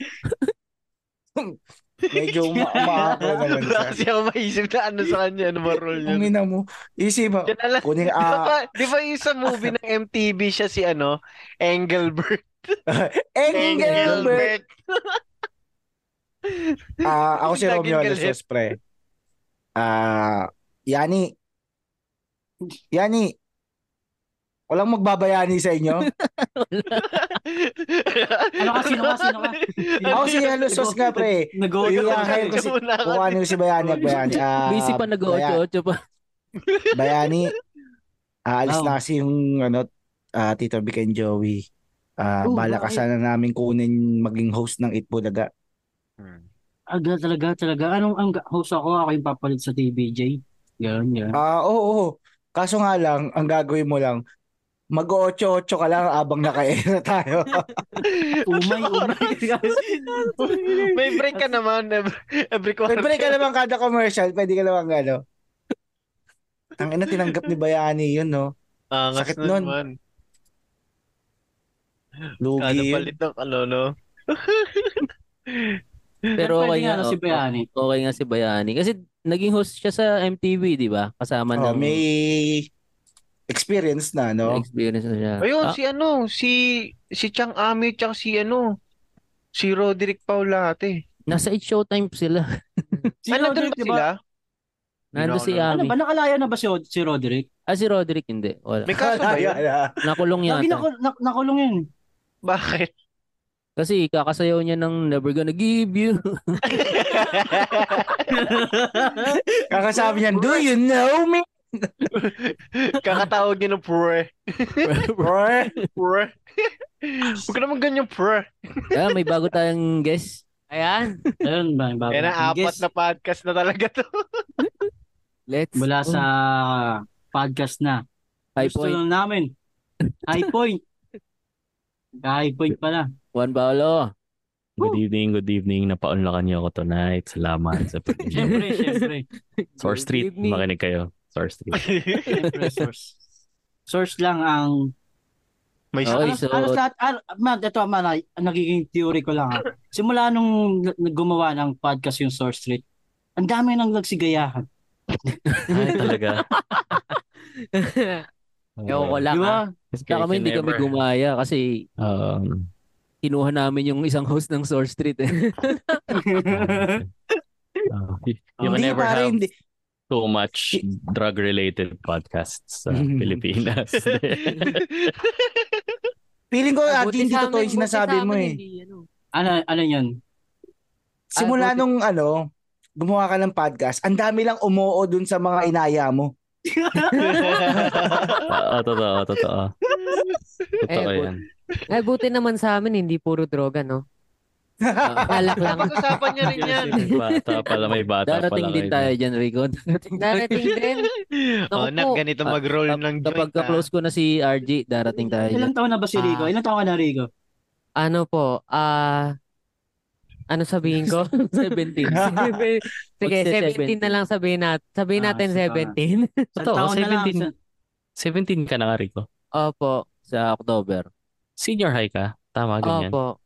Speaker 4: medyo ma- maako naman
Speaker 5: Wala
Speaker 4: siya.
Speaker 5: kasi ako maisip na ano sa kanya. Ano ba role niya?
Speaker 4: Ang ina mo. Isip mo.
Speaker 5: Yan alam.
Speaker 4: Kuning
Speaker 5: Di ba,
Speaker 4: a
Speaker 5: pa- di ba yung sa movie ng MTV siya si ano? Engelbert.
Speaker 4: Engelbert. Ah, ako si
Speaker 5: Laging
Speaker 4: Romeo
Speaker 5: galit.
Speaker 4: Alessos, pre. Ah, Yani. Yani. Walang magbabayani sa inyo.
Speaker 3: Ano ka, sino ka, sino ka?
Speaker 4: Ako si Alessos nga, pre.
Speaker 3: Nag-ocho
Speaker 4: Iyakin
Speaker 3: ka eh.
Speaker 4: ko si- Kung ano yung si Bayani at Bayani. Ah,
Speaker 1: Busy pa
Speaker 4: Baya-
Speaker 1: nag-ocho-ocho pa.
Speaker 4: Bayani, aalis
Speaker 3: Oh.
Speaker 4: ah, na kasi yung ano, ah, Tito Vic and Joey. Ah,
Speaker 3: Oo,
Speaker 4: bala ka
Speaker 3: bakit?
Speaker 4: sana namin kunin maging host ng Itbulaga.
Speaker 3: Aga Ah, talaga, talaga. Anong ang host ako? Ako yung papalit sa TBJ. Ganun, ganun.
Speaker 4: Ah, oo, oo. Kaso nga lang, ang gagawin mo lang, mag-ocho-ocho ka lang abang naka-era tayo.
Speaker 3: Umay, umay.
Speaker 5: May break ka naman ev- every quarter.
Speaker 4: Pwede ka naman kada commercial, pwede ka naman ano. Ang ina, tinanggap ni Bayani yun, no? Sakit
Speaker 5: Angas na
Speaker 4: nun.
Speaker 5: Ah, naman.
Speaker 2: Ano
Speaker 5: Kada
Speaker 4: Lugi yun.
Speaker 5: palit ng ano, kalolo.
Speaker 1: Pero
Speaker 3: Pwede
Speaker 1: okay
Speaker 3: nga,
Speaker 1: nga, oh,
Speaker 3: no, si Bayani.
Speaker 1: Okay nga si Bayani. Kasi naging host siya sa MTV, di ba? Kasama ng
Speaker 4: Oh, may experience na,
Speaker 3: oh.
Speaker 4: no?
Speaker 1: experience na siya.
Speaker 5: Ayun,
Speaker 1: Ah,
Speaker 5: si ano, si si Chang Ami, Chang si ano, si Roderick Paulate.
Speaker 1: nasa It's Showtime sila.
Speaker 3: Si
Speaker 5: ano
Speaker 3: Roderick,
Speaker 5: ba
Speaker 3: di ba?
Speaker 5: sila?
Speaker 1: Nando si
Speaker 5: Hindi
Speaker 3: Ano
Speaker 1: Ami.
Speaker 3: ba? Nakalaya na ba si, si Roderick?
Speaker 1: Ah, si Roderick hindi. Wala.
Speaker 5: May kaso ba yun?
Speaker 4: ah.
Speaker 1: Nakulong
Speaker 3: Lagi
Speaker 1: yata.
Speaker 3: naku- nak- nakulong yun.
Speaker 5: Bakit?
Speaker 1: Kasi kakasayaw niya ng Never Gonna Give You.
Speaker 4: Kakasabi niyan, do you know me?
Speaker 5: Kakatawag niya ng pre.
Speaker 4: Or,
Speaker 5: Pre. Huwag ka naman ganyan, pre.
Speaker 1: Ah, may bago tayong guest.
Speaker 2: Ayan.
Speaker 3: Ayun ba? Bago
Speaker 5: Yan
Speaker 3: natin
Speaker 5: ang apat
Speaker 3: guess.
Speaker 5: na podcast na talaga to.
Speaker 1: Let's
Speaker 3: Mula sa podcast na.
Speaker 1: high
Speaker 3: Gusto
Speaker 1: point.
Speaker 3: lang namin. High point. High point pala.
Speaker 1: Juan Paolo.
Speaker 3: Woo!
Speaker 6: Good evening, good evening. Napaunlakan niyo ako tonight. Salamat sa pag-invite.
Speaker 3: Siyempre, siyempre.
Speaker 6: Source Street,
Speaker 1: Good evening.
Speaker 6: makinig kayo. Source Street.
Speaker 3: Siyempre, source. Source lang ang...
Speaker 5: May
Speaker 1: Okay,
Speaker 3: alas,
Speaker 1: so-
Speaker 3: alas lahat, al, man, ito, man, ay, ah, nagiging theory ko lang. ha. Simula nung nag- gumawa ng podcast yung Source Street, ang dami nang nagsigayahan.
Speaker 6: Ay, talaga.
Speaker 1: Ewan ko lang.
Speaker 3: Di
Speaker 1: ah.
Speaker 3: ba?
Speaker 1: Kaya kami hindi kami gumaya kasi
Speaker 6: Um,
Speaker 1: kinuha namin yung isang host ng Source Street. Eh.
Speaker 6: uh, you you can
Speaker 4: hindi
Speaker 6: never
Speaker 4: pare,
Speaker 6: have
Speaker 4: hindi.
Speaker 6: too much drug-related podcasts sa Pilipinas.
Speaker 4: Feeling ko, Adi,
Speaker 2: Buti
Speaker 4: hindi
Speaker 2: sa
Speaker 4: Ah, totoo yung
Speaker 2: amin- buti
Speaker 4: sinasabi
Speaker 2: sa amin
Speaker 4: mo eh.
Speaker 2: hindi, ano.
Speaker 3: Ano, ano yun?
Speaker 4: Simula
Speaker 1: buti-
Speaker 4: nung ano, gumawa ka ng podcast, ang dami lang umuo dun sa mga inaya mo.
Speaker 6: Oo, totoo, totoo. Totoo
Speaker 1: Eh,
Speaker 6: yan.
Speaker 2: Ay, buti naman sa amin, hindi puro droga, no?
Speaker 1: Ah,
Speaker 2: Alak lang.
Speaker 5: Napag-usapan niya rin yan.
Speaker 6: Bata pala, may bata
Speaker 1: darating
Speaker 6: pala
Speaker 1: din
Speaker 6: kayo.
Speaker 1: tayo dyan, Rico. Darating tayo.
Speaker 2: Darating din.
Speaker 5: Oh,
Speaker 2: Naku
Speaker 5: nak,
Speaker 2: po. ah,
Speaker 5: ganito mag-roll ng joint. ah.
Speaker 1: Kapag ka-close ko na si RG, darating tayo dyan.
Speaker 3: Ilang taon na ba si Rico?
Speaker 2: Ah.
Speaker 3: Ilang taon ka na, Rico?
Speaker 2: Ano po, ah... ano sabihin ko?
Speaker 1: 17.
Speaker 2: Sige,
Speaker 1: Magse-
Speaker 2: 17 na lang sabihin natin. Sabihin
Speaker 3: Ah,
Speaker 2: natin
Speaker 3: sige,
Speaker 2: 17.
Speaker 3: Isang
Speaker 6: Totoo,
Speaker 3: taon na lang.
Speaker 6: 17. 17 ka na nga, Rico.
Speaker 2: Opo.
Speaker 1: sa October.
Speaker 6: Senior high ka. Tama, ganyan.
Speaker 2: Opo.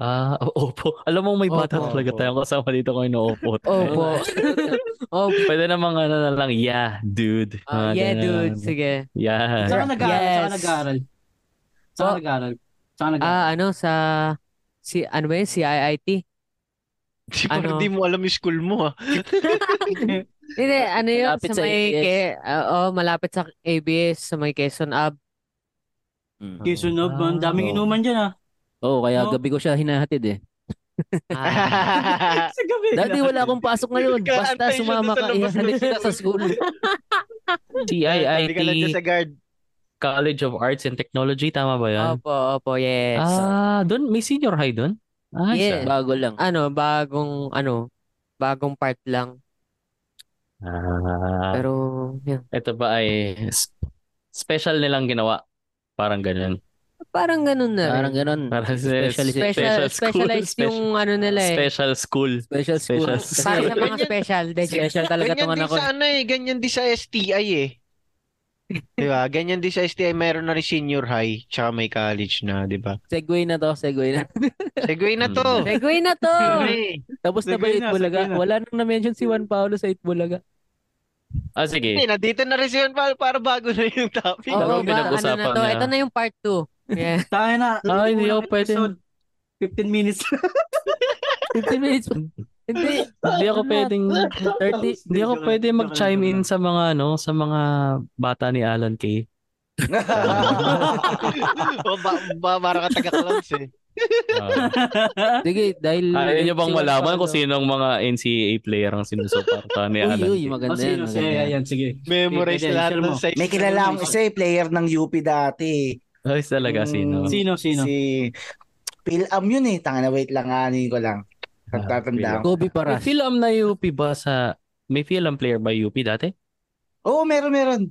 Speaker 6: Ah, o- opo. Alam mo, may bata
Speaker 2: Opo,
Speaker 6: talaga
Speaker 1: opo.
Speaker 6: tayong kasama dito kung inuopo.
Speaker 2: Opo. Opo.
Speaker 6: Pwede namang ano na lang, yeah, dude.
Speaker 2: Ah,
Speaker 6: Mga
Speaker 2: yeah,
Speaker 6: ganun.
Speaker 2: dude. Sige.
Speaker 6: Yeah.
Speaker 3: Saan ka nag-aaral? Saan ka
Speaker 2: Yes.
Speaker 3: nag-aaral? Saan ka
Speaker 2: Oh.
Speaker 3: nag-aaral? Saan ka nag-aaral?
Speaker 2: Ah, ano sa... Si, ano ba yun? CIIT?
Speaker 5: Si ano?
Speaker 2: Ano?
Speaker 5: di mo alam yung school mo, ah.
Speaker 2: Hindi, ano yun?
Speaker 1: Malapit
Speaker 2: sa
Speaker 1: sa
Speaker 2: may...
Speaker 1: ABS.
Speaker 2: Ke, oo, malapit sa ABS, sa may Quezon Ab.
Speaker 1: Mm.
Speaker 3: Quezon Ab, ang daming
Speaker 1: Oo.
Speaker 3: inuman dyan ah.
Speaker 1: Oo, kaya
Speaker 6: Oh.
Speaker 3: No.
Speaker 1: gabi ko siya hinahatid eh.
Speaker 2: Ah,
Speaker 3: Sa gabi
Speaker 1: Dati
Speaker 3: lang.
Speaker 1: wala akong pasok ngayon. Basta
Speaker 5: Kaantay siya
Speaker 1: sumama
Speaker 5: doon sa
Speaker 1: ka,
Speaker 5: labas
Speaker 1: ihahalin
Speaker 5: ng
Speaker 1: kita sa school.
Speaker 5: Sabi ka lang dyan
Speaker 6: CIIT,
Speaker 5: sa guard.
Speaker 6: College of Arts and Technology, tama ba yan?
Speaker 2: opo, opo, yes.
Speaker 6: Ah, doon, may senior high doon? Ah,
Speaker 2: Yes.
Speaker 6: isa.
Speaker 1: Bago lang.
Speaker 2: ano, bagong, ano, bagong part lang.
Speaker 6: Ah,
Speaker 2: Pero, yun.
Speaker 6: ito ba ay s- special nilang ginawa? Parang ganun.
Speaker 2: Parang ganun na
Speaker 1: Parang
Speaker 2: rin.
Speaker 1: ganon.
Speaker 6: Parang
Speaker 1: Special-
Speaker 2: Special, specialized yung ano nila eh.
Speaker 6: Special school.
Speaker 1: Special school.
Speaker 6: Special
Speaker 1: Kasi
Speaker 2: Para sa mga
Speaker 5: Ganyan-
Speaker 2: special. Dahil
Speaker 1: special talaga
Speaker 5: Ganyan
Speaker 1: tong
Speaker 5: din
Speaker 1: anak ko.
Speaker 5: sa ano eh, ganyan din sa STI eh. Di ba? Ganyan din sa STI, meron na rin senior high, tsaka may college na, di ba?
Speaker 1: Segway na to, segway na.
Speaker 5: Segway na to.
Speaker 2: Segway na to!
Speaker 5: Segway.
Speaker 1: Tapos na ba
Speaker 3: Segway
Speaker 1: yung
Speaker 3: na,
Speaker 1: Itbulaga?
Speaker 3: segway na.
Speaker 1: Wala nang na-mention si Juan Paolo sa Itbulaga.
Speaker 6: Ah, sige.
Speaker 5: Hindi, nandito na rin si Juan Paul para bago na yung topic.
Speaker 2: Oo,
Speaker 6: Dalawang
Speaker 2: ba, ano
Speaker 6: pinag-usapan
Speaker 2: na to?
Speaker 6: niya.
Speaker 2: Ito na yung part 2. Yeah.
Speaker 3: Tayo na.
Speaker 6: Ah, hindi ako
Speaker 3: Unang
Speaker 6: pwede.
Speaker 3: episode, 15 minutes.
Speaker 1: 15 minutes. pa. Hindi.
Speaker 6: Hindi ako
Speaker 1: Ano?
Speaker 6: pwedeng
Speaker 1: 30.
Speaker 6: hindi ako pwede mag-chime in sa mga ano, sa mga bata ni Alan Kay.
Speaker 5: o, ba, ba, para ka taga-clubs eh.
Speaker 6: Ah.
Speaker 1: Sige, dahil...
Speaker 6: Ayaw
Speaker 1: si
Speaker 6: niyo Ah, bang
Speaker 1: Juan
Speaker 6: malaman
Speaker 1: Paolo-
Speaker 6: kung sino ang mga NCAA player ang sinusuporta ni Alan
Speaker 1: Uy, uy,
Speaker 6: Kay?
Speaker 2: Oh,
Speaker 1: maganda
Speaker 3: Kasi,
Speaker 1: yan.
Speaker 3: kasi,
Speaker 1: maganda yan.
Speaker 3: Oh, ayan, sige.
Speaker 5: Memorize
Speaker 3: Sige,
Speaker 5: lahat
Speaker 3: share mo.
Speaker 2: Ano
Speaker 5: ng section.
Speaker 4: May kilala akong isa eh, player ng UP dati.
Speaker 6: Ay, talaga, sino?
Speaker 4: Mm,
Speaker 3: Sino, sino?
Speaker 4: Si Pilam yun eh. Tangina, wait lang. Anin ko lang.
Speaker 6: Ah,
Speaker 4: Tatandaan ko.
Speaker 1: Kobe
Speaker 6: May
Speaker 1: Paras.
Speaker 6: film na UP ba sa... May film player ba UP dati?
Speaker 4: Oo, meron, meron.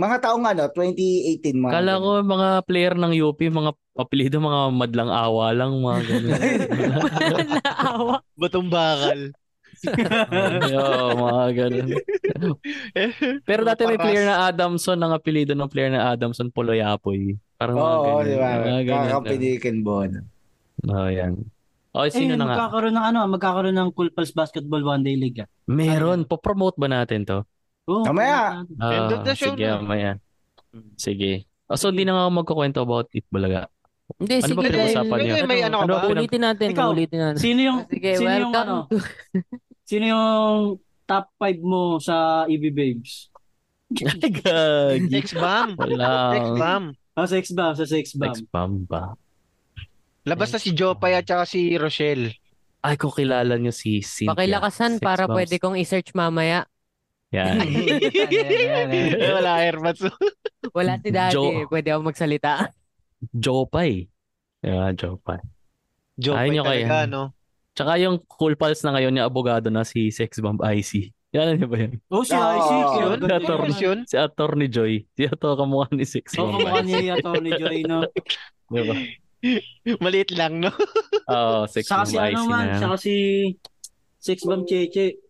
Speaker 4: Mga taong ano, 2018 mga.
Speaker 6: Kala ko mga player ng UP, mga apelido, mga madlang awa lang, mga ganun.
Speaker 2: Naawa.
Speaker 5: Batong bakal.
Speaker 6: Oo, mga ganun. Pero dati may player na Adamson, ang apelido ng player na Adamson, Poloyapoy. Parang mga
Speaker 4: Oo,
Speaker 6: ganun.
Speaker 4: di ba?
Speaker 6: Mga ganun.
Speaker 4: Kakapinikin Bono.
Speaker 6: Oo, yan. O, sino
Speaker 3: Ayun,
Speaker 6: na nga?
Speaker 3: magkakaroon ng ano, magkakaroon ng Cool Pals Basketball One Day League. ah. Oh,
Speaker 6: Meron. Popromote ba natin to?
Speaker 3: Oo,
Speaker 4: Mamaya.
Speaker 5: End of
Speaker 6: Ah,
Speaker 5: the show
Speaker 6: sige,
Speaker 5: na. Hmm.
Speaker 6: mamaya. Sige. O, so, hindi na nga ako magkukwento about it balaga.
Speaker 1: Hindi,
Speaker 6: Ano ba
Speaker 1: sige.
Speaker 6: pinag-usapan
Speaker 1: dahil-
Speaker 6: niyo?
Speaker 5: May- may ano ka
Speaker 1: Ano,
Speaker 5: ba?
Speaker 1: ulitin natin,
Speaker 3: Ikaw.
Speaker 1: ulitin natin.
Speaker 3: Sino yung
Speaker 2: Sige,
Speaker 3: sino yung
Speaker 2: welcome
Speaker 3: ano?
Speaker 2: to...
Speaker 3: Sino yung top 5 mo sa EB Babes?
Speaker 6: Gagi.
Speaker 5: Sex bomb.
Speaker 6: Wala.
Speaker 5: Sex bomb.
Speaker 3: Ah, sa sex bomb, sa sex bomb.
Speaker 6: Sex bomb ba?
Speaker 5: Labas na si Jopay at saka si Rochelle.
Speaker 6: Ay, kung kilala niyo si Cynthia.
Speaker 2: Pakilakasan
Speaker 6: Sex
Speaker 2: para
Speaker 6: bombs.
Speaker 2: pwede kong i-search mamaya.
Speaker 6: Yan.
Speaker 5: Eh, Wala airpads.
Speaker 2: Wala si daddy. eh.
Speaker 6: Jo-
Speaker 2: Pwede ako magsalita.
Speaker 6: Jopay. Yeah, Jopay.
Speaker 5: Jopay
Speaker 6: nyo kaya.
Speaker 5: talaga, no?
Speaker 6: Tsaka yung Cool Pals na ngayon, yung abogado na si Sex Bomb IC. Yan niyo ba yan?
Speaker 3: Oh, si
Speaker 4: Ah,
Speaker 3: IC.
Speaker 4: oo.
Speaker 5: Yun?
Speaker 6: Ganun.
Speaker 5: Pulpals yun?
Speaker 6: Si Attorney Joy. Si Ato, kamukha ni Sex
Speaker 3: Oo,
Speaker 6: Bomb
Speaker 3: kamukha
Speaker 6: IC.
Speaker 3: niya yung ni Joy, no?
Speaker 6: Di ba?
Speaker 5: Maliit lang, no?
Speaker 6: Oo, Sex
Speaker 3: Saka
Speaker 6: Bomb
Speaker 3: si ano
Speaker 6: IC
Speaker 3: man,
Speaker 6: na.
Speaker 3: saka si Sex Bomb Cheche.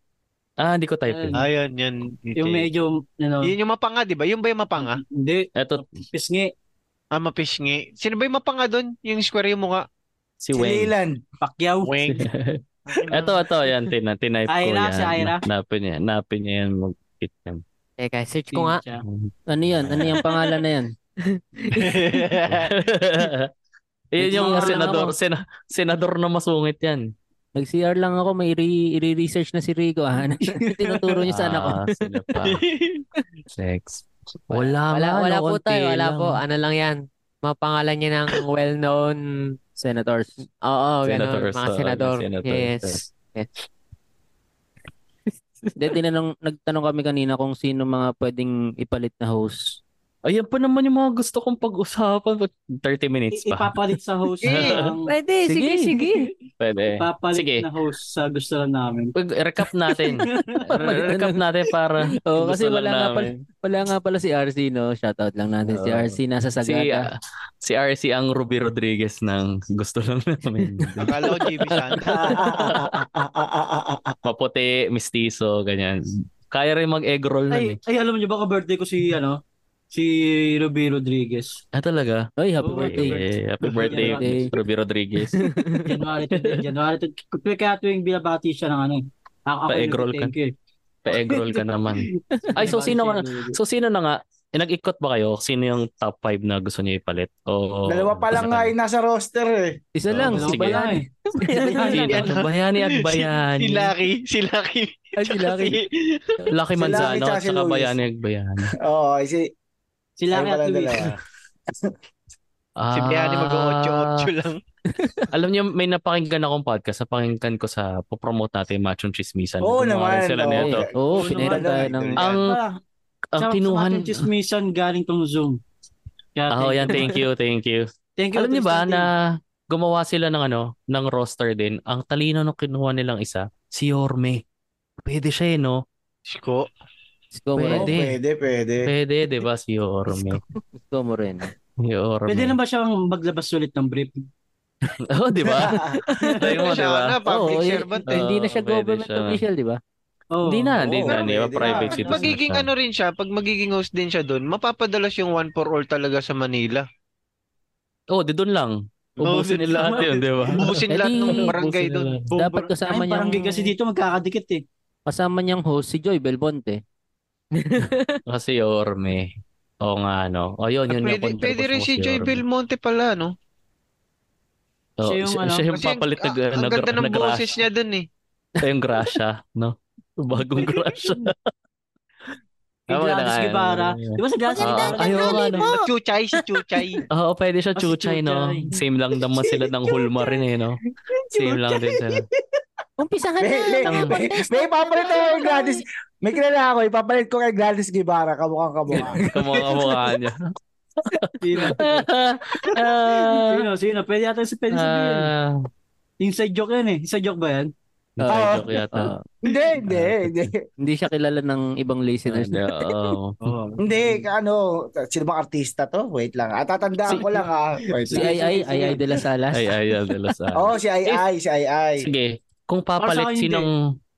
Speaker 6: Ah, hindi ko type yun.
Speaker 3: Ayun.
Speaker 5: Ayun, yun.
Speaker 3: Yung medyo, ano, Ah?
Speaker 5: Yun yung mapanga, di ba? Yun ba yung mapanga?
Speaker 3: hindi,
Speaker 6: Eto,
Speaker 3: pisngi,
Speaker 5: Ah, mapisngi. Sino ba yung mapanga doon? Yung square yung mukha.
Speaker 6: si
Speaker 4: Si
Speaker 6: Wayne.
Speaker 4: Leland.
Speaker 3: pakyaw.
Speaker 5: Weng.
Speaker 6: Eto, eto, yan, tina, tinipe ko
Speaker 3: Aira,
Speaker 6: yan.
Speaker 3: si Aira.
Speaker 6: Napin niya, napin niya yan, mag-kit yan.
Speaker 2: Teka, search ko nga.
Speaker 3: Siya.
Speaker 1: Ano yan? Ano yung pangalan na yan?
Speaker 6: Iyon yung
Speaker 1: Nagsisimula
Speaker 6: senador,
Speaker 1: na
Speaker 6: sena, senador na masungit yan.
Speaker 1: Nag-CR lang ako, may re- research na si Rico. Ah. Tinuturo niya sa anak ko.
Speaker 6: Ah, sila pa. Sex. Wala,
Speaker 2: Wala, wala
Speaker 6: no,
Speaker 2: po
Speaker 6: konti
Speaker 2: tayo. Wala
Speaker 6: lang.
Speaker 2: po. Ano lang yan. Mapangalan niya ng well-known...
Speaker 1: Senators.
Speaker 2: Oo,
Speaker 6: Senators,
Speaker 2: ganun. Mga
Speaker 6: oo,
Speaker 2: senador.
Speaker 6: senators.
Speaker 2: Yes.
Speaker 1: Hindi, tinanong, nagtanong kami kanina kung sino mga pwedeng ipalit na host.
Speaker 6: Ayan pa naman yung mga gusto kong pag-usapan. 30 minutes
Speaker 3: I-
Speaker 6: pa.
Speaker 3: ipapalit sa host ang
Speaker 2: Pwede, sige, sige.
Speaker 6: Pwede.
Speaker 3: ipapalit
Speaker 6: Sige.
Speaker 3: na host sa gusto lang namin.
Speaker 6: Pag- Recap natin. Re- Recap natin para
Speaker 1: Oo, kasi
Speaker 6: gusto lang
Speaker 1: wala nga pala,
Speaker 6: namin.
Speaker 1: wala nga pala si RC, no? Shoutout lang natin si
Speaker 6: Oo.
Speaker 1: RC. Nasa
Speaker 6: Si,
Speaker 1: Sagata.
Speaker 6: ah, si RC ang Ruby Rodriguez ng gusto lang namin.
Speaker 5: Akala ko GB Santa.
Speaker 6: Maputi, mistiso, ganyan. Kaya rin mag-egg roll na eh.
Speaker 3: ay, ay, alam niyo ba ka-birthday ko si, ano, si Ruby Rodriguez.
Speaker 6: Ah, talaga?
Speaker 1: Oy, happy
Speaker 3: Oh,
Speaker 1: birthday.
Speaker 6: Eh, happy birthday,
Speaker 1: Happy birthday.
Speaker 6: Ruby Rodriguez.
Speaker 3: January to eh, January to Kaya tuwing binabati siya ng ano, eh. ako, ako
Speaker 6: Pa-egg roll
Speaker 3: nag-thank you. eh.
Speaker 6: Pa-egg roll ka naman. Ay, so sino ka- So, sino na nga? Eh, nag-ikot ba kayo? Sino yung top 5 na gusto niyo ipalit? O,
Speaker 4: Dalawa pa lang nga yung nasa roster eh.
Speaker 1: Isa lang,
Speaker 6: Oo,
Speaker 1: si
Speaker 3: Dalawa
Speaker 6: sige.
Speaker 3: pa
Speaker 1: Bayani.
Speaker 3: lang eh.
Speaker 6: Sino?
Speaker 5: Ano?
Speaker 6: Bayani at
Speaker 5: Si-
Speaker 6: Bayani.
Speaker 5: Si Lucky. Si Lucky.
Speaker 1: Ay, si Lucky.
Speaker 6: Lucky
Speaker 4: Si Lucky
Speaker 6: Manzano
Speaker 4: tsaka
Speaker 6: at
Speaker 4: si
Speaker 6: saka
Speaker 4: Luis.
Speaker 6: Bayani at Bayani.
Speaker 4: Oo, si
Speaker 3: Si Larry
Speaker 4: Ayun pa
Speaker 3: at
Speaker 4: lang
Speaker 3: Luis.
Speaker 4: dalawa.
Speaker 6: Ah,
Speaker 5: Si Bayani mag-8-8 lang.
Speaker 6: Alam niyo, may napakinggan akong podcast. Napakinggan ko sa popromote natin yung Machong Chismisan.
Speaker 4: Oo naman.
Speaker 6: Gumawa rin sila
Speaker 4: oo.
Speaker 6: nito.
Speaker 1: Eh, Oo,
Speaker 3: Oo,
Speaker 1: pinairan
Speaker 4: naman.
Speaker 1: tayo ng...
Speaker 6: Ang,
Speaker 3: Wala.
Speaker 6: ang
Speaker 3: Sa-
Speaker 6: kinuhan...
Speaker 3: Sa ating chismisan galing tong Zoom. Kaya
Speaker 6: Ah, oh, yan. Thank you. Thank you.
Speaker 3: Thank you.
Speaker 6: Alam niyo ba
Speaker 3: Tristan.
Speaker 6: na gumawa sila ng ano, ng roster din. Ang talino nung kinuha nilang isa, si Yorme. Pwede siya eh, no?
Speaker 5: Sko.
Speaker 1: Isko mo
Speaker 4: Oo,
Speaker 1: rin.
Speaker 6: Pwede.
Speaker 4: Pwede, pwede.
Speaker 6: Pwede, di ba? Si Yorme.
Speaker 1: Isko mo rin.
Speaker 6: Si Yorme.
Speaker 3: Pwede na ba siyang maglabas ulit ng brief?
Speaker 6: Oo, Oh, di ba? Tayo mo, di
Speaker 5: Siya
Speaker 6: ba?
Speaker 5: na,
Speaker 4: ano,
Speaker 5: public
Speaker 1: Oo, eh,
Speaker 5: servant eh.
Speaker 1: Hindi na siya
Speaker 6: Oo, pwede
Speaker 1: government
Speaker 6: siya.
Speaker 1: official, di ba?
Speaker 3: Oh.
Speaker 6: Hindi na, hindi
Speaker 4: Oo,
Speaker 6: na, di ba?
Speaker 4: pwede na.
Speaker 6: Private
Speaker 4: Pag
Speaker 5: Pag
Speaker 6: citizen na
Speaker 5: magiging
Speaker 6: siya.
Speaker 5: ano rin siya, pag magiging host din siya doon, mapapadalas yung one for all talaga sa Manila.
Speaker 6: Oo, Oh, di doon lang.
Speaker 5: Oo,
Speaker 6: Ubusin
Speaker 5: di
Speaker 6: nila lahat
Speaker 5: doon.
Speaker 6: yun, di ba?
Speaker 5: Ubusin
Speaker 1: Eh
Speaker 5: lahat
Speaker 1: di-
Speaker 5: ng barangay
Speaker 6: Ubusin
Speaker 5: doon.
Speaker 6: nila.
Speaker 1: Dapat kasama
Speaker 3: Ay,
Speaker 1: niyang...
Speaker 3: parang kasi dito magkakadikit eh.
Speaker 1: Kasama niyang host si Joy Belmonte.
Speaker 6: Kasi Yorme. Oo nga, no? O, yun, yun.
Speaker 5: Pwede,
Speaker 6: na-control
Speaker 5: pwede
Speaker 6: ko
Speaker 5: rin si Joy
Speaker 6: Yorme.
Speaker 5: Belmonte pala, no?
Speaker 6: Oo,
Speaker 3: Siya yung
Speaker 6: siya,
Speaker 3: ano,
Speaker 6: siya yung
Speaker 5: Kasi ang-
Speaker 6: papalit ano, na,
Speaker 5: ang, ang ganda ng
Speaker 6: nag-rush.
Speaker 5: boses niya doon eh.
Speaker 6: Ito yung grasya, no? Bagong grasya.
Speaker 3: Si
Speaker 6: Ah,
Speaker 3: Gladys Guevara. Di ba si Gladys
Speaker 6: Oo.
Speaker 3: Guevara?
Speaker 6: Ayaw nga, no?
Speaker 5: At Chuchay, si Chuchay.
Speaker 6: Oo, pwede siya
Speaker 3: Ah, si
Speaker 6: chuchay, no?
Speaker 3: Chuchay.
Speaker 6: Same lang naman sila ng hulma rin, eh, no? Same lang din sila.
Speaker 2: Umpisahan
Speaker 4: May, may,
Speaker 2: na.
Speaker 4: may, may ipapalit ako kay Gladys. May kilala ako, ipapalit ko kay Gladys Guevara. Kamukha kamukha.
Speaker 6: Kamukha-mukha niya.
Speaker 3: Sino?
Speaker 6: Ah,
Speaker 3: Sino? Sino? Pwede yata si pwede sabihin.
Speaker 6: ah,
Speaker 3: Inside joke yan eh. Inside joke ba yan?
Speaker 6: inside
Speaker 4: Oo.
Speaker 6: joke yata.
Speaker 4: Hindi, hindi, hindi.
Speaker 1: Hindi siya kilala ng ibang listeners.
Speaker 6: Ah, Hindi, oo.
Speaker 3: Oo.
Speaker 4: Hindi, ano, sino bang artista to? Wait lang. At tatandaan
Speaker 6: Si-
Speaker 4: ko lang ah. Wait
Speaker 1: Si
Speaker 4: lang.
Speaker 1: Ay Ay, Ay Ay de la Salas.
Speaker 6: Ay, ay, ay, de la Salle.
Speaker 4: Oo, si Ai Ai, si Ai Ai.
Speaker 6: Eh, Sige, kung
Speaker 3: Para sa akin,
Speaker 6: papalit,
Speaker 3: hindi.
Speaker 6: sinong